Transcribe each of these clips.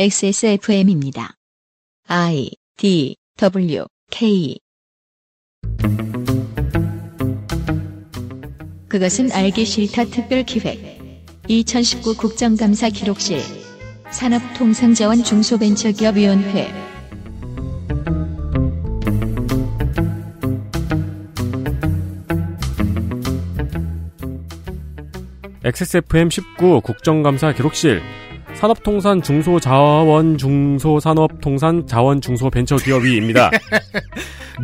XSFM입니다. I D W K 그것은 알기 싫다 특별 기획 2019 국정감사 기록실 산업통상자원 중소벤처기업위원회 XSFM 19 국정감사 기록실 산업통산 중소자원 중소산업통산 자원중소벤처기업위입니다.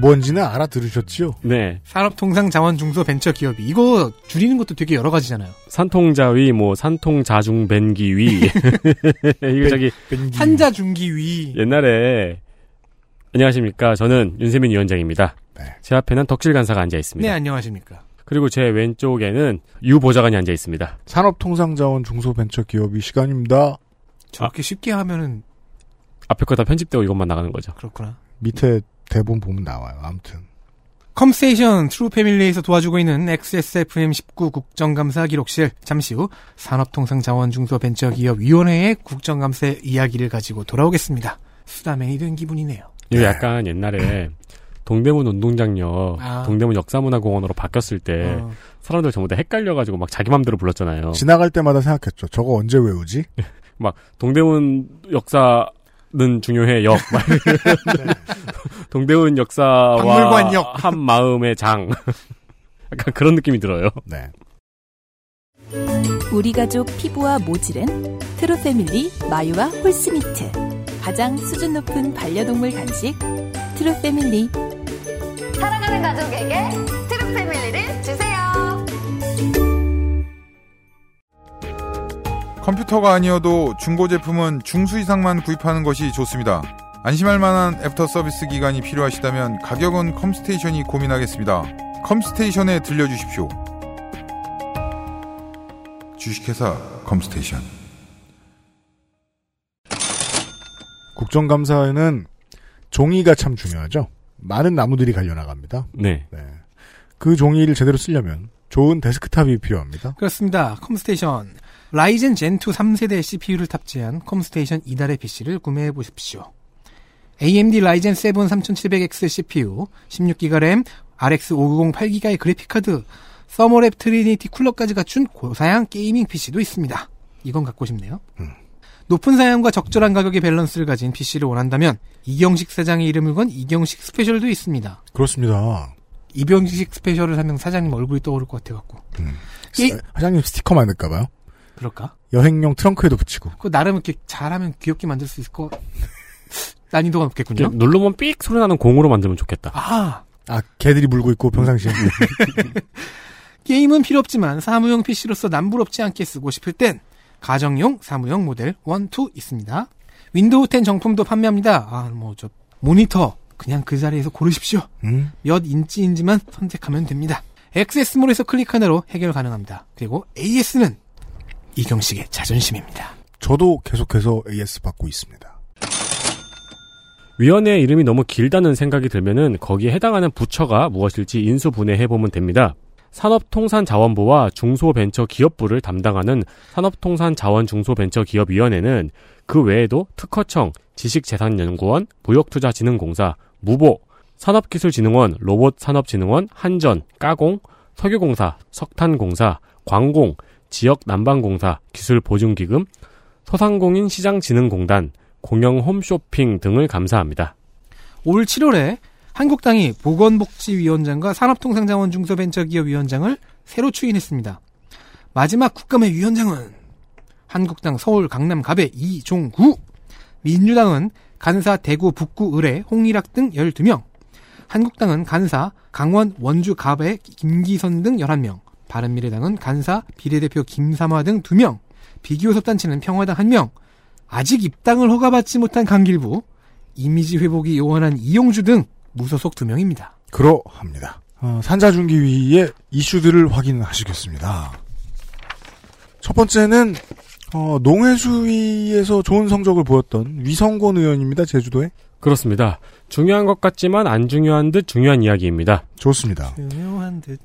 뭔지는 알아들으셨지요? 네, 산업통상자원중소벤처기업이 이거 줄이는 것도 되게 여러 가지잖아요. 산통자위 뭐 산통자중벤기위 이거 저기 뺀기. 예. 산자중기위 옛날에 안녕하십니까 저는 윤세민 위원장입니다. 네. 제 앞에는 덕질 간사가 앉아 있습니다. 네 안녕하십니까. 그리고 제 왼쪽에는 유 보좌관이 앉아 있습니다. 산업통상자원 중소벤처기업이 시간입니다. 저렇게 쉽게 하면은 앞에 거 다 편집되고 이것만 나가는 거죠. 그렇구나. 밑에 대본 보면 나와요. 아무튼 컴스테이션 트루패밀리에서 도와주고 있는 XSFM19 국정감사 기록실 잠시 후 산업통상자원중소벤처기업위원회의 국정감사 이야기를 가지고 돌아오겠습니다. 수다맨이 된 기분이네요. 이거 약간 옛날에 동대문 운동장역, 아. 동대문 역사문화공원으로 바뀌었을 때 어, 사람들 전부 다 헷갈려가지고 막 자기 맘대로 불렀잖아요. 지나갈 때마다 생각했죠. 저거 언제 외우지? 동대문 역사는 중요해 역. 막 이런. 동대문 역사와 네. 박물관 역. 한 마음의 장. 약간 그런 느낌이 들어요. 네. 우리 가족 피부와 모질은 트루패밀리 마유와 홀스미트 가장 수준 높은 반려동물 간식 트루패밀리 사랑하는 가족에게 트루 패밀리를 주세요. 컴퓨터가 아니어도 중고 제품은 중수 이상만 구입하는 것이 좋습니다. 안심할 만한 애프터 서비스 기간이 필요하시다면 가격은 컴스테이션이 고민하겠습니다. 컴스테이션에 들려주십시오. 주식회사 컴스테이션. 국정감사에는 종이가 참 중요하죠. 많은 나무들이 갈려나갑니다. 네. 그 종이를 제대로 쓰려면 좋은 데스크탑이 필요합니다. 그렇습니다. 컴스테이션 라이젠 젠2 3세대 CPU를 탑재한 컴스테이션 이달의 PC를 구매해 보십시오. AMD 라이젠 7 3700X CPU, 16기가 램, RX 590 8기가의 그래픽카드, 서머랩 트리니티 쿨러까지 갖춘 고사양 게이밍 PC도 있습니다. 이건 갖고 싶네요. 높은 사양과 적절한 가격의 밸런스를 가진 PC를 원한다면 이경식 사장의 이름을 건 이경식 스페셜도 있습니다. 그렇습니다. 이병식 스페셜을 하면 사장님 얼굴이 떠오를 것 같아가지고. 이- 스- 사장님 스티커 만들까봐요. 그럴까? 여행용 트렁크에도 붙이고. 그 나름 이렇게 잘하면 귀엽게 만들 수 있을 거 난이도가 높겠군요. 이렇게 눌러보면 삑 소리 나는 공으로 만들면 좋겠다. 아 아, 개들이 물고 있고 평상시에. 게임은 필요 없지만 사무용 PC로서 남부럽지 않게 쓰고 싶을 땐 가정용 사무용 모델 1, 2 있습니다. 윈도우 10 정품도 판매합니다. 아 뭐 저 모니터 그냥 그 자리에서 고르십시오. 음? 몇 인치인지만 선택하면 됩니다. XS몰에서 클릭 하나로 해결 가능합니다. 그리고 AS는 이경식의 자존심입니다. 저도 계속해서 AS 받고 있습니다. 위원회 이름이 너무 길다는 생각이 들면은 거기에 해당하는 부처가 무엇일지 인수분해해 보면 됩니다. 산업통산자원부와 중소벤처기업부를 담당하는 산업통산자원중소벤처기업위원회는 그 외에도 특허청, 지식재산연구원, 무역투자진흥공사, 무보, 산업기술진흥원, 로봇산업진흥원, 한전, 까공, 석유공사, 석탄공사, 광공, 지역난방공사, 기술보증기금, 소상공인 시장진흥공단, 공영 홈쇼핑 등을 감사합니다. 올 7월에 한국당이 보건복지위원장과 산업통상자원 중소벤처기업위원장을 새로 추인했습니다. 마지막 국감의 위원장은 한국당 서울 강남 갑의 이종구, 민주당은 간사 대구 북구 의뢰 홍일학 등 12명, 한국당은 간사 강원 원주 갑의 김기선 등 11명, 바른미래당은 간사 비례대표 김삼화 등 2명, 비교섭단체는 평화당 1명, 아직 입당을 허가받지 못한 강길부, 이미지 회복이 요원한 이용주 등 무소속 두 명입니다. 그러합니다. 어, 산자중기위의 이슈들을 확인하시겠습니다. 첫 번째는 어, 농해수위에서 좋은 성적을 보였던 위성곤 의원입니다. 제주도에 그렇습니다. 중요한 것 같지만 안 중요한 듯 중요한 이야기입니다. 좋습니다. 중요한 듯.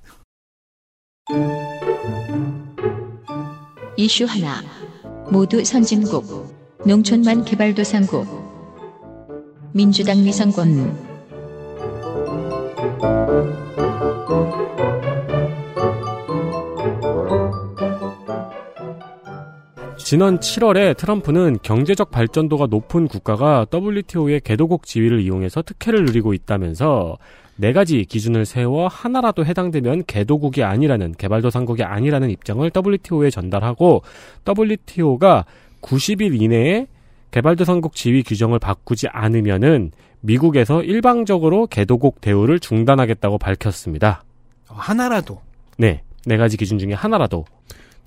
이슈 하나 모두 선진국 농촌만 개발도상국 민주당 미성권 지난 7월에 트럼프는 경제적 발전도가 높은 국가가 WTO의 개도국 지위를 이용해서 특혜를 누리고 있다면서 네 가지 기준을 세워 하나라도 해당되면 개도국이 아니라는 개발도상국이 아니라는 입장을 WTO에 전달하고 WTO가 90일 이내에 개발도상국 지위 규정을 바꾸지 않으면은 미국에서 일방적으로 개도국 대우를 중단하겠다고 밝혔습니다. 어, 하나라도 네, 네 가지 기준 중에 하나라도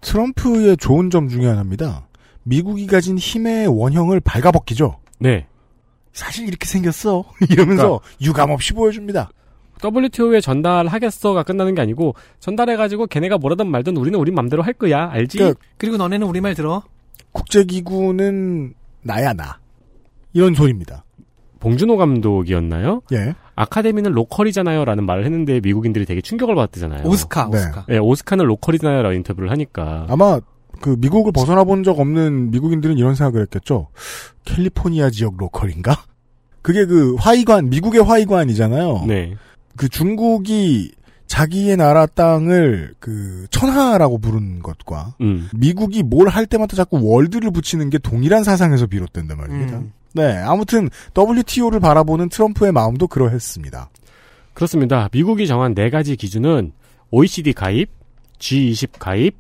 트럼프의 좋은 점 중에 하나입니다. 미국이 가진 힘의 원형을 발가벗기죠. 네 사실 이렇게 생겼어. 그러니까. 이러면서 유감없이 보여줍니다. WTO에 전달하겠어가 끝나는 게 아니고 전달해가지고 걔네가 뭐라든 말든 우리는 우리 맘대로 할 거야 알지? 그러니까 그리고 너네는 우리 말 들어. 국제기구는 나야 나. 이런 소리입니다. 봉준호 감독이었나요? 예. 아카데미는 로컬이잖아요라는 말을 했는데 미국인들이 되게 충격을 받았잖아요. 오스카, 네. 오스카. 예, 오스카는 로컬이잖아요라고 인터뷰를 하니까 아마 그 미국을 벗어나 본 적 없는 미국인들은 이런 생각을 했겠죠. 캘리포니아 지역 로컬인가? 그게 그 화이관, 미국의 화이관이잖아요. 네 그 중국이 자기의 나라 땅을 그 천하라고 부른 것과 음. 미국이 뭘 할 때마다 자꾸 월드를 붙이는 게 동일한 사상에서 비롯된단 말입니다. 음. 네, 아무튼 WTO를 바라보는 트럼프의 마음도 그러했습니다. 그렇습니다. 미국이 정한 네 가지 기준은 OECD 가입, G20 가입,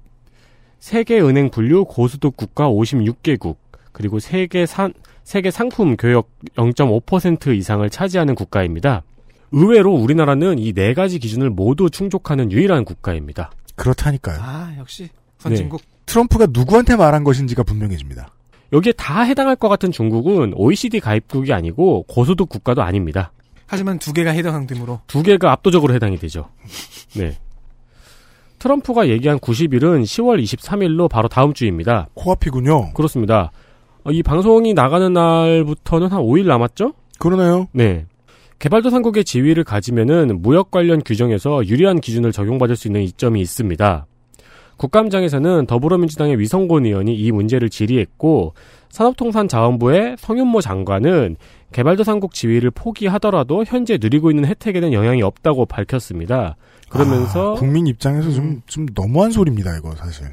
세계은행 분류 고소득 국가 56개국, 그리고 세계 산 세계 상품 교역 0.5% 이상을 차지하는 국가입니다. 의외로 우리나라는 이 네 가지 기준을 모두 충족하는 유일한 국가입니다. 그렇다니까요. 아, 역시 선진국. 네. 트럼프가 누구한테 말한 것인지가 분명해집니다. 여기에 다 해당할 것 같은 중국은 OECD 가입국이 아니고 고소득 국가도 아닙니다. 하지만 두 개가 해당되므로 두 개가 압도적으로 해당이 되죠. 네. 트럼프가 얘기한 90일은 10월 23일로 바로 다음 주입니다. 코앞이군요. 그렇습니다. 어, 이 방송이 나가는 날부터는 한 5일 남았죠? 그러네요. 네. 개발도상국의 지위를 가지면은 무역 관련 규정에서 유리한 기준을 적용받을 수 있는 이점이 있습니다. 국감장에서는 더불어민주당의 위성곤 의원이 이 문제를 질의했고 산업통상자원부의 성윤모 장관은 개발도상국 지위를 포기하더라도 현재 누리고 있는 혜택에는 영향이 없다고 밝혔습니다. 그러면서 아, 국민 입장에서 좀 좀 너무한 소리입니다. 이거 사실.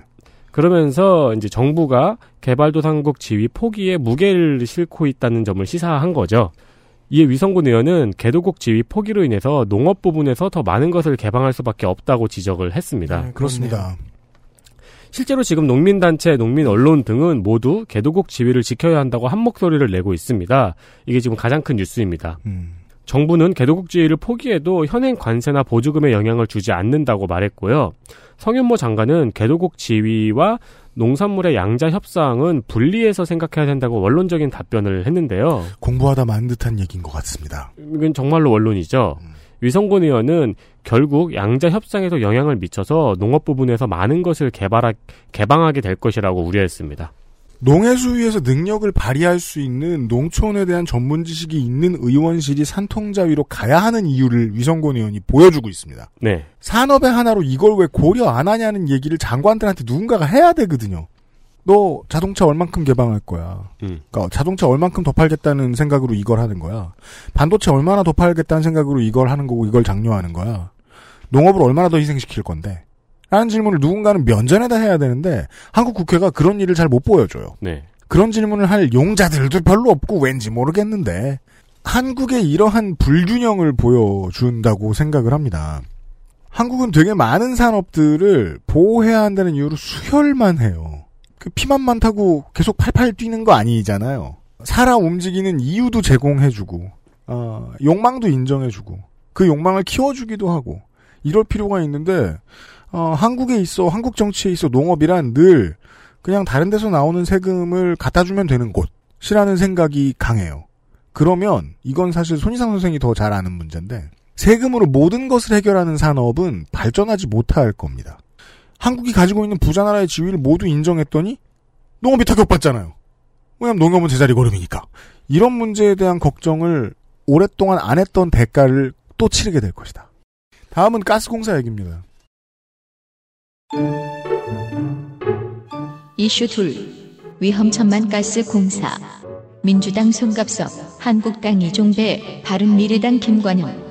그러면서 이제 정부가 개발도상국 지위 포기에 무게를 싣고 있다는 점을 시사한 거죠. 이에 위성군 의원은 개도국 지위 포기로 인해서 농업 부분에서 더 많은 것을 개방할 수밖에 없다고 지적을 했습니다. 네, 그렇습니다. 실제로 지금 농민단체, 농민 언론 등은 모두 개도국 지위를 지켜야 한다고 한 목소리를 내고 있습니다. 이게 지금 가장 큰 뉴스입니다. 음. 정부는 개도국 지위를 포기해도 현행 관세나 보조금에 영향을 주지 않는다고 말했고요. 성윤모 장관은 개도국 지위와 농산물의 양자 협상은 분리해서 생각해야 된다고 원론적인 답변을 했는데요. 공부하다 만 듯한 얘기인 것 같습니다. 이건 정말로 원론이죠. 위성곤 의원은 결국 양자 협상에도 영향을 미쳐서 농업 부분에서 많은 것을 개발하, 개방하게 될 것이라고 우려했습니다. 농해수위에서 능력을 발휘할 수 있는 농촌에 대한 전문 지식이 있는 의원실이 산통자 위로 가야 하는 이유를 위성곤 의원이 보여주고 있습니다. 네. 산업의 하나로 이걸 왜 고려 안 하냐는 얘기를 장관들한테 누군가가 해야 되거든요. 너 자동차 얼만큼 개방할 거야. 음. 그러니까 자동차 얼만큼 더 팔겠다는 생각으로 이걸 하는 거야. 반도체 얼마나 더 팔겠다는 생각으로 이걸 하는 거고 이걸 장려하는 거야. 농업을 얼마나 더 희생시킬 건데. 라는 질문을 누군가는 면전에다 해야 되는데 한국 국회가 그런 일을 잘 못 보여줘요. 네. 그런 질문을 할 용자들도 별로 없고 왠지 모르겠는데 한국의 이러한 불균형을 보여준다고 생각을 합니다. 한국은 되게 많은 산업들을 보호해야 한다는 이유로 수혈만 해요. 그 피만 많다고 계속 팔팔 뛰는 거 아니잖아요. 살아 움직이는 이유도 제공해주고 어, 욕망도 인정해주고 그 욕망을 키워주기도 하고 이럴 필요가 있는데 어, 한국에 있어 한국 정치에 있어 농업이란 늘 그냥 다른 데서 나오는 세금을 갖다 주면 되는 곳이라는 생각이 강해요. 그러면 이건 사실 손희상 선생이 더 잘 아는 문제인데 세금으로 모든 것을 해결하는 산업은 발전하지 못할 겁니다. 한국이 가지고 있는 부자 나라의 지위를 모두 인정했더니 농업이 타격받잖아요. 왜냐면 농업은 제자리 걸음이니까. 이런 문제에 대한 걱정을 오랫동안 안 했던 대가를 또 치르게 될 것이다. 다음은 가스공사 얘기입니다. 이슈 둘 위험천만 가스 공사 민주당 손갑섭 한국당 이종배 바른미래당 김관영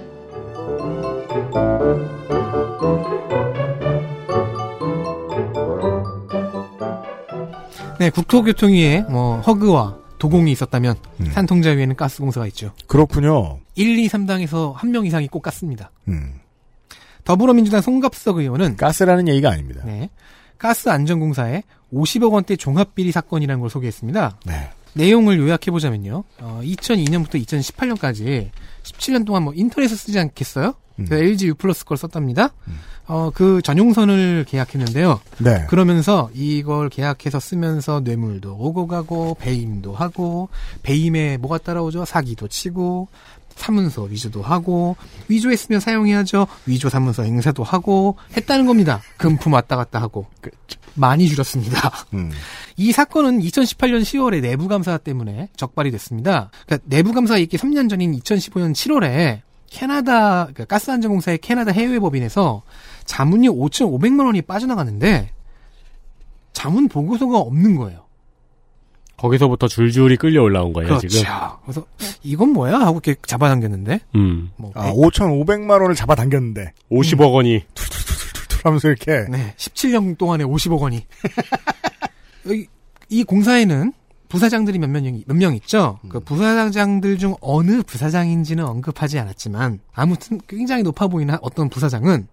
네, 국토교통위에 뭐 허그와 도공이 있었다면 음. 산통자위에는 가스공사가 있죠. 그렇군요. 1, 2, 3당에서 한 명 이상이 꼭 깠습니다. 음, 더불어민주당 송갑석 의원은 가스라는 얘기가 아닙니다. 네, 가스 안전공사의 50억 원대 종합 비리 사건이라는 걸 소개했습니다. 네. 내용을 요약해 보자면요. 어, 2002년부터 2018년까지 17년 동안 뭐 인터넷을 쓰지 않겠어요? 음. 그래서 LG U 플러스 걸 썼답니다. 어, 그 전용선을 계약했는데요. 네. 그러면서 이걸 계약해서 쓰면서 뇌물도 오고 가고 배임도 하고 배임에 뭐가 따라오죠? 사기도 치고 사문서 위조도 하고 위조했으면 사용해야죠. 위조 사문서 행사도 하고 했다는 겁니다. 금품 왔다 갔다 하고 많이 줄였습니다. 음, 이 사건은 2018년 10월에 내부 감사 때문에 적발이 됐습니다. 그러니까 내부 감사 있기 3년 전인 2015년 7월에 캐나다 그러니까 가스안전공사의 캐나다 해외 법인에서 자문이 5,500만 원이 빠져나갔는데 자문 보고서가 없는 거예요. 거기서부터 줄줄이 끌려 올라온 거예요, 네, 지금. 그렇죠. 그래서 이건 뭐야 하고 이렇게 잡아당겼는데 음. 뭐 아, 5,500만 원을 잡아당겼는데 50억 원이 하면서 이렇게 네, 17년 동안에 50억 원이. 여기 이 공사에는 부사장들이 몇 명, 몇 명 있죠? 음. 그 부사장들 중 어느 부사장인지는 언급하지 않았지만, 아무튼 굉장히 높아 보이는 어떤 부사장은,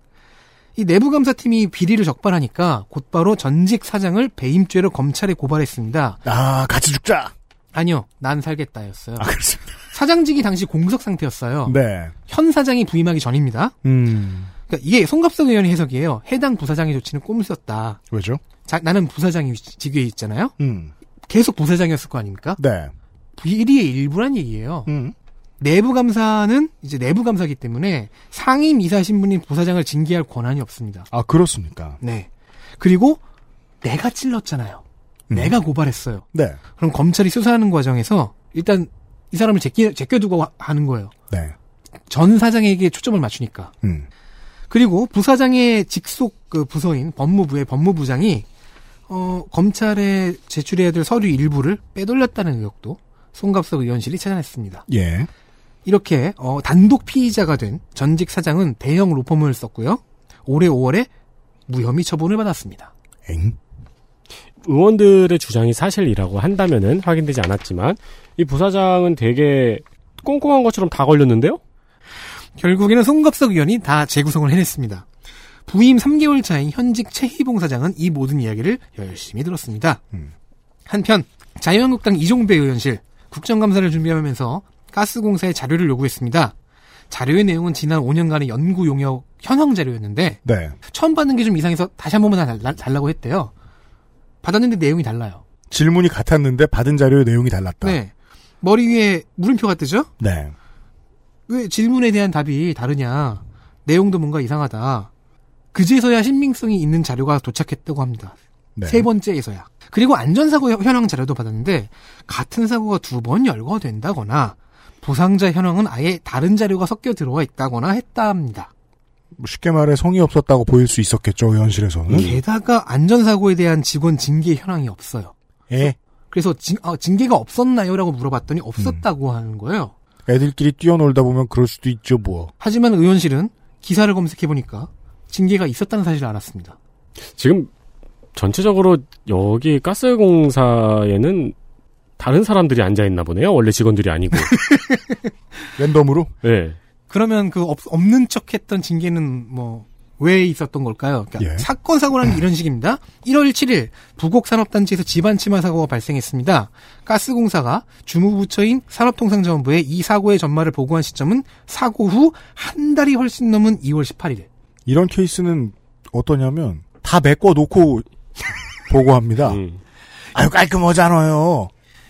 이 내부감사팀이 비리를 적발하니까 곧바로 전직 사장을 배임죄로 검찰에 고발했습니다. 아 같이 죽자. 아니요, 난 살겠다였어요. 아 그렇습니다. 사장직이 당시 공석 상태였어요. 네. 현 사장이 부임하기 전입니다. 음 그러니까 이게 송갑석 의원의 해석이에요. 해당 부사장의 조치는 꼼수였다. 왜죠? 자, 나는 부사장이 지- 직위에 있잖아요. 음 계속 부사장이었을 거 아닙니까? 네. 비리의 일부란 얘기예요. 음 내부 감사는 이제 내부 감사기 때문에 상임 이사 신분인 부사장을 징계할 권한이 없습니다. 아 그렇습니까? 네. 그리고 내가 찔렀잖아요. 음. 내가 고발했어요. 네. 그럼 검찰이 수사하는 과정에서 일단 이 사람을 제껴, 제껴두고 하- 하는 거예요. 네. 전 사장에게 초점을 맞추니까. 음 그리고 부사장의 직속 그 부서인 법무부의 법무부장이 어, 검찰에 제출해야 될 서류 일부를 빼돌렸다는 의혹도 송갑석 의원실이 찾아냈습니다. 예. 이렇게 어, 단독 피의자가 된 전직 사장은 대형 로펌을 썼고요. 올해 5월에 무혐의 처분을 받았습니다. 엥. 의원들의 주장이 사실이라고 한다면은 확인되지 않았지만 이 부사장은 되게 꼼꼼한 것처럼 다 걸렸는데요? 결국에는 송갑석 의원이 다 재구성을 해냈습니다. 부임 3개월 차인 현직 최희봉 사장은 이 모든 이야기를 열심히 들었습니다. 음. 한편 자유한국당 이종배 의원실 국정감사를 준비하면서 가스공사에 자료를 요구했습니다. 자료의 내용은 지난 5년간의 연구 용역 현황 자료였는데 네. 처음 받는 게 좀 이상해서 다시 한 번만 달라, 달라고 했대요. 받았는데 내용이 달라요. 질문이 같았는데 받은 자료의 내용이 달랐다. 네. 머리 위에 물음표가 뜨죠? 네. 왜 질문에 대한 답이 다르냐. 내용도 뭔가 이상하다. 그제서야 신빙성이 있는 자료가 도착했다고 합니다. 네. 세 번째에서야. 그리고 안전사고 현- 현황 자료도 받았는데 같은 사고가 두 번 열거가 된다거나 부상자 현황은 아예 다른 자료가 섞여 들어와 있다거나 했답니다. 뭐 쉽게 말해 성의 없었다고 보일 수 있었겠죠 의원실에서는. 게다가 안전사고에 대한 직원 징계 현황이 없어요. 예. 그래서 징, 어, 징계가 없었나요라고 물어봤더니 없었다고 하는 거예요. 애들끼리 뛰어놀다 보면 그럴 수도 있죠 뭐. 하지만 의원실은 기사를 검색해보니까 징계가 있었다는 사실을 알았습니다. 지금 전체적으로 여기 가스공사에는 다른 사람들이 앉아 있나 보네요. 원래 직원들이 아니고. 랜덤으로. 예. 그러면 그 없, 없는 척 했던 징계는 뭐 왜 있었던 걸까요? 그러니까 예. 사건 사고라는 게 이런 식입니다. 1월 7일 부곡 산업단지에서 집안 침하 사고가 발생했습니다. 가스공사가 주무부처인 산업통상자원부에 이 사고의 전말을 보고한 시점은 사고 후 한 달이 훨씬 넘은 2월 18일. 이런 케이스는 어떠냐면 다 메꿔 놓고 보고합니다. 음. 아유 깔끔하잖아요.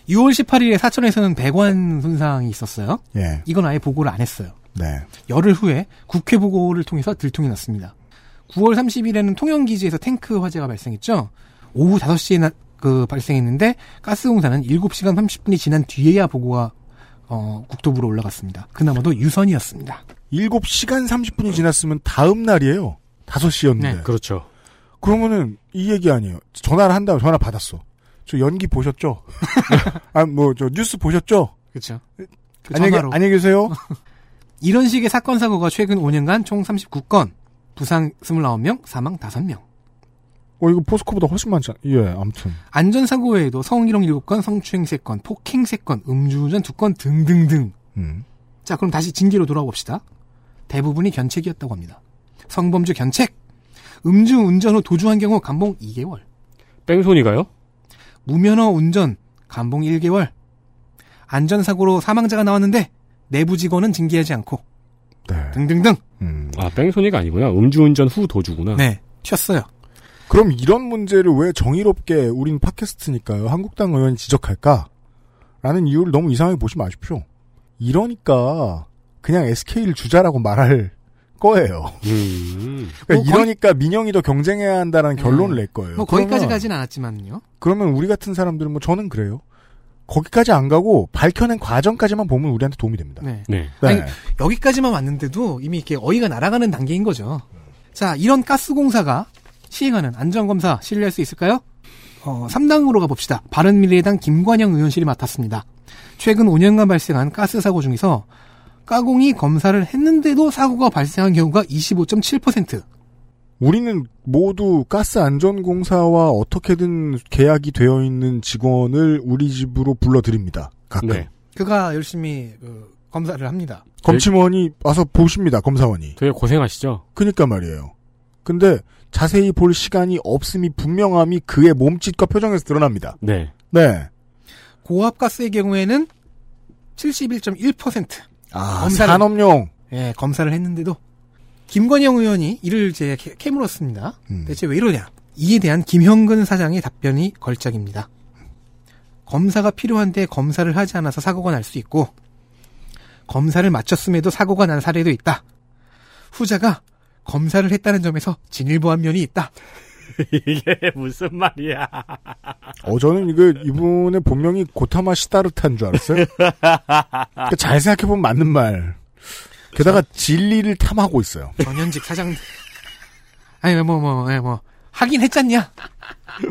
6월 18일에 사천에서는 배관 손상이 있었어요. 예. 이건 아예 보고를 안 했어요. 네. 열흘 후에 국회 보고를 통해서 들통이 났습니다. 9월 30일에는 통영기지에서 탱크 화재가 발생했죠. 오후 5시에 나, 그 발생했는데 가스공사는 7시간 30분이 지난 뒤에야 보고가 어, 국토부로 올라갔습니다. 그나마도 유선이었습니다. 7시간 30분이 지났으면 다음 날이에요. 5시였는데. 네, 그렇죠. 그러면은 이 얘기 아니에요. 전화를 한다고 전화 받았어. 저 연기 보셨죠? 아, 뭐, 저 뉴스 보셨죠? 그렇죠. 그 안녕히, 전화로. 안녕히 계세요. 이런 식의 사건 사고가 최근 5년간 총 39건, 부상 29명, 사망 5명. 어, 이거 포스코보다 훨씬 많잖아. 예, 아무튼. 안전사고 외에도 성희롱 7건, 성추행 3건, 폭행 3건, 음주운전 2건 등등등. 음. 자, 그럼 다시 징계로 돌아와 봅시다. 대부분이 견책이었다고 합니다. 성범죄 견책. 음주 운전 후 도주한 경우 감봉 2개월. 뺑소니가요? 무면허 운전 감봉 1개월. 안전사고로 사망자가 나왔는데 내부 직원은 징계하지 않고 네. 등등등. 음. 아, 뺑소니가 아니구나. 음주운전 후 도주구나. 네. 튀었어요. 그럼 이런 문제를 왜 정의롭게 우린 팟캐스트니까요. 한국당 의원이 지적할까? 라는 이유를 너무 이상하게 보지 마십시오. 이러니까 그냥 SK를 주자라고 말할 거예요. 음. 그러니까 뭐 거의- 이러니까 민영이 더 경쟁해야 한다는 결론을 낼 거예요. 뭐 거기까지 그러면- 가진 않았지만요. 그러면 우리 같은 사람들은 뭐 저는 그래요. 거기까지 안 가고 밝혀낸 과정까지만 보면 우리한테 도움이 됩니다. 네. 네. 아니, 여기까지만 왔는데도 이미 이렇게 어이가 날아가는 단계인 거죠. 자, 이런 가스공사가 시행하는 안전검사 신뢰할 수 있을까요? 어, 3당으로 가봅시다. 바른미래당 김관영 의원실이 맡았습니다. 최근 5년간 발생한 가스 사고 중에서 가공이 검사를 했는데도 사고가 발생한 경우가 25.7%. 우리는 모두 가스 안전공사와 어떻게든 계약이 되어 있는 직원을 우리 집으로 불러드립니다. 가끔 네. 그가 열심히 그, 검사를 합니다. 검침원이 와서 보십니다. 검사원이. 되게 고생하시죠? 그니까 말이에요. 근데 자세히 볼 시간이 없음이 분명함이 그의 몸짓과 표정에서 드러납니다. 네. 네. 고압가스의 경우에는 71.1%. 아, 검사를- 산업용. 예, 검사를 했는데도 김건영 의원이 이를 이제 캐- 캐물었습니다. 음. 대체 왜 이러냐? 이에 대한 김형근 사장의 답변이 걸작입니다. 검사가 필요한데 검사를 하지 않아서 사고가 날 수 있고 검사를 마쳤음에도 사고가 난 사례도 있다. 후자가 검사를 했다는 점에서 진일보한 면이 있다. 이게 무슨 말이야. 어, 저는 이거 이분의 본명이 고타마 시다르타인 줄 알았어요. 그러니까 잘 생각해보면 맞는 말. 게다가 진리를 탐하고 있어요. 전현직 사장 아니 뭐뭐뭐 뭐, 예, 뭐. 하긴 했잖냐?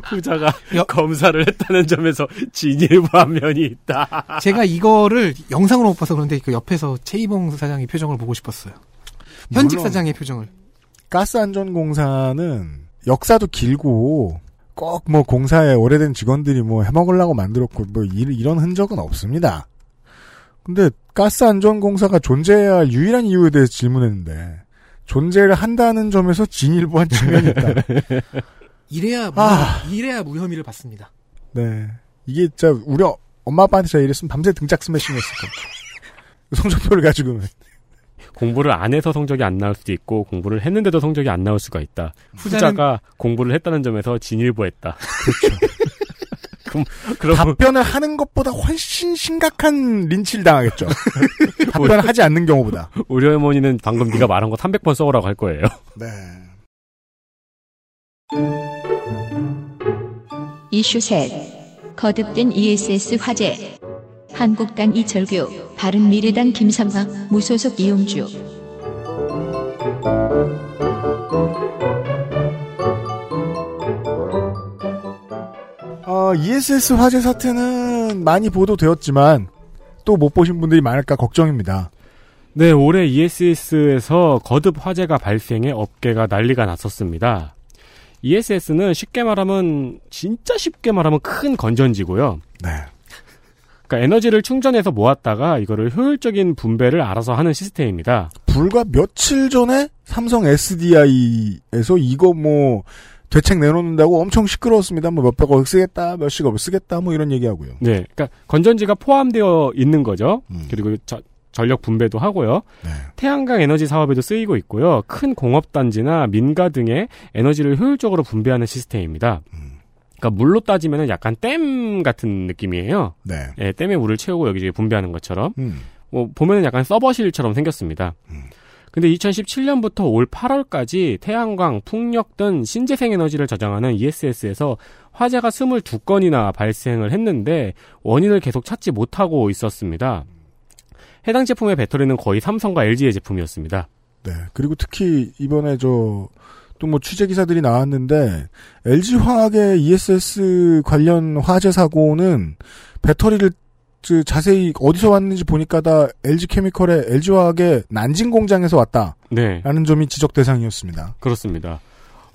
후자가 여- 검사를 했다는 점에서 진일보한 면이 있다. 제가 이거를 영상으로 못 봐서 그런데 그 옆에서 최이봉 사장의 표정을 보고 싶었어요. 현직 물론 사장의 표정을. 가스안전공사는 역사도 길고 꼭 뭐 공사에 오래된 직원들이 뭐 해먹으려고 만들었고 뭐 이- 이런 흔적은 없습니다. 근데 가스안전공사가 존재해야 할 유일한 이유에 대해서 질문했는데 존재를 한다는 점에서 진일보한 측면이 있다. 이래야 무, 아. 이래야 무혐의를 받습니다. 네. 이게 진짜 우리 어- 엄마 아빠한테 제가 이랬으면 밤새 등짝 스매싱 했을 겁니다. 성적표를 가지고 공부를 안 해서 성적이 안 나올 수도 있고 공부를 했는데도 성적이 안 나올 수가 있다. 후자는- 후자가 공부를 했다는 점에서 진일보했다. 그렇죠. 그럼 그럼 답변을 하는 것보다 훨씬 심각한 린치를 당하겠죠. 답변을 하지 않는 경우보다. 우리 할머니는 방금 네가 말한 거 300번 써오라고 할 거예요. 네. 이슈 셋 거듭된 ESS 화재 한국당 이철규 바른미래당 김성광 무소속 이용주 어, ESS 화재 사태는 많이 보도되었지만 또 못 보신 분들이 많을까 걱정입니다. 네, 올해 ESS에서 거듭 화재가 발생해 업계가 난리가 났었습니다. ESS는 쉽게 말하면 진짜 쉽게 말하면 큰 건전지고요. 네. 그러니까 에너지를 충전해서 모았다가 이거를 효율적인 분배를 알아서 하는 시스템입니다. 불과 며칠 전에 삼성 SDI에서 이거 뭐 대책 내놓는다고 엄청 시끄러웠습니다. 뭐 몇백억 쓰겠다, 몇십억 쓰겠다, 뭐 이런 얘기하고요. 네, 그러니까 건전지가 포함되어 있는 거죠. 음. 그리고 저- 전력 분배도 하고요. 네. 태양광 에너지 사업에도 쓰이고 있고요. 큰 공업단지나 민가 등의 에너지를 효율적으로 분배하는 시스템입니다. 음. 그러니까 물로 따지면 약간 댐 같은 느낌이에요. 네. 예, 댐에 물을 채우고 여기저기 분배하는 것처럼. 음. 뭐 보면은 약간 서버실처럼 생겼습니다. 근데 2017년부터 올 8월까지 태양광, 풍력 등 신재생 에너지를 저장하는 ESS에서 화재가 22건이나 발생을 했는데 원인을 계속 찾지 못하고 있었습니다. 해당 제품의 배터리는 거의 삼성과 LG의 제품이었습니다. 네. 그리고 특히 이번에 저 또 뭐 취재 기사들이 나왔는데 LG 화학의 ESS 관련 화재 사고는 배터리를 그 자세히 어디서 왔는지 보니까 다 LG 케미컬의 LG 화학의 난징 공장에서 왔다라는 네. 점이 지적 대상이었습니다. 그렇습니다.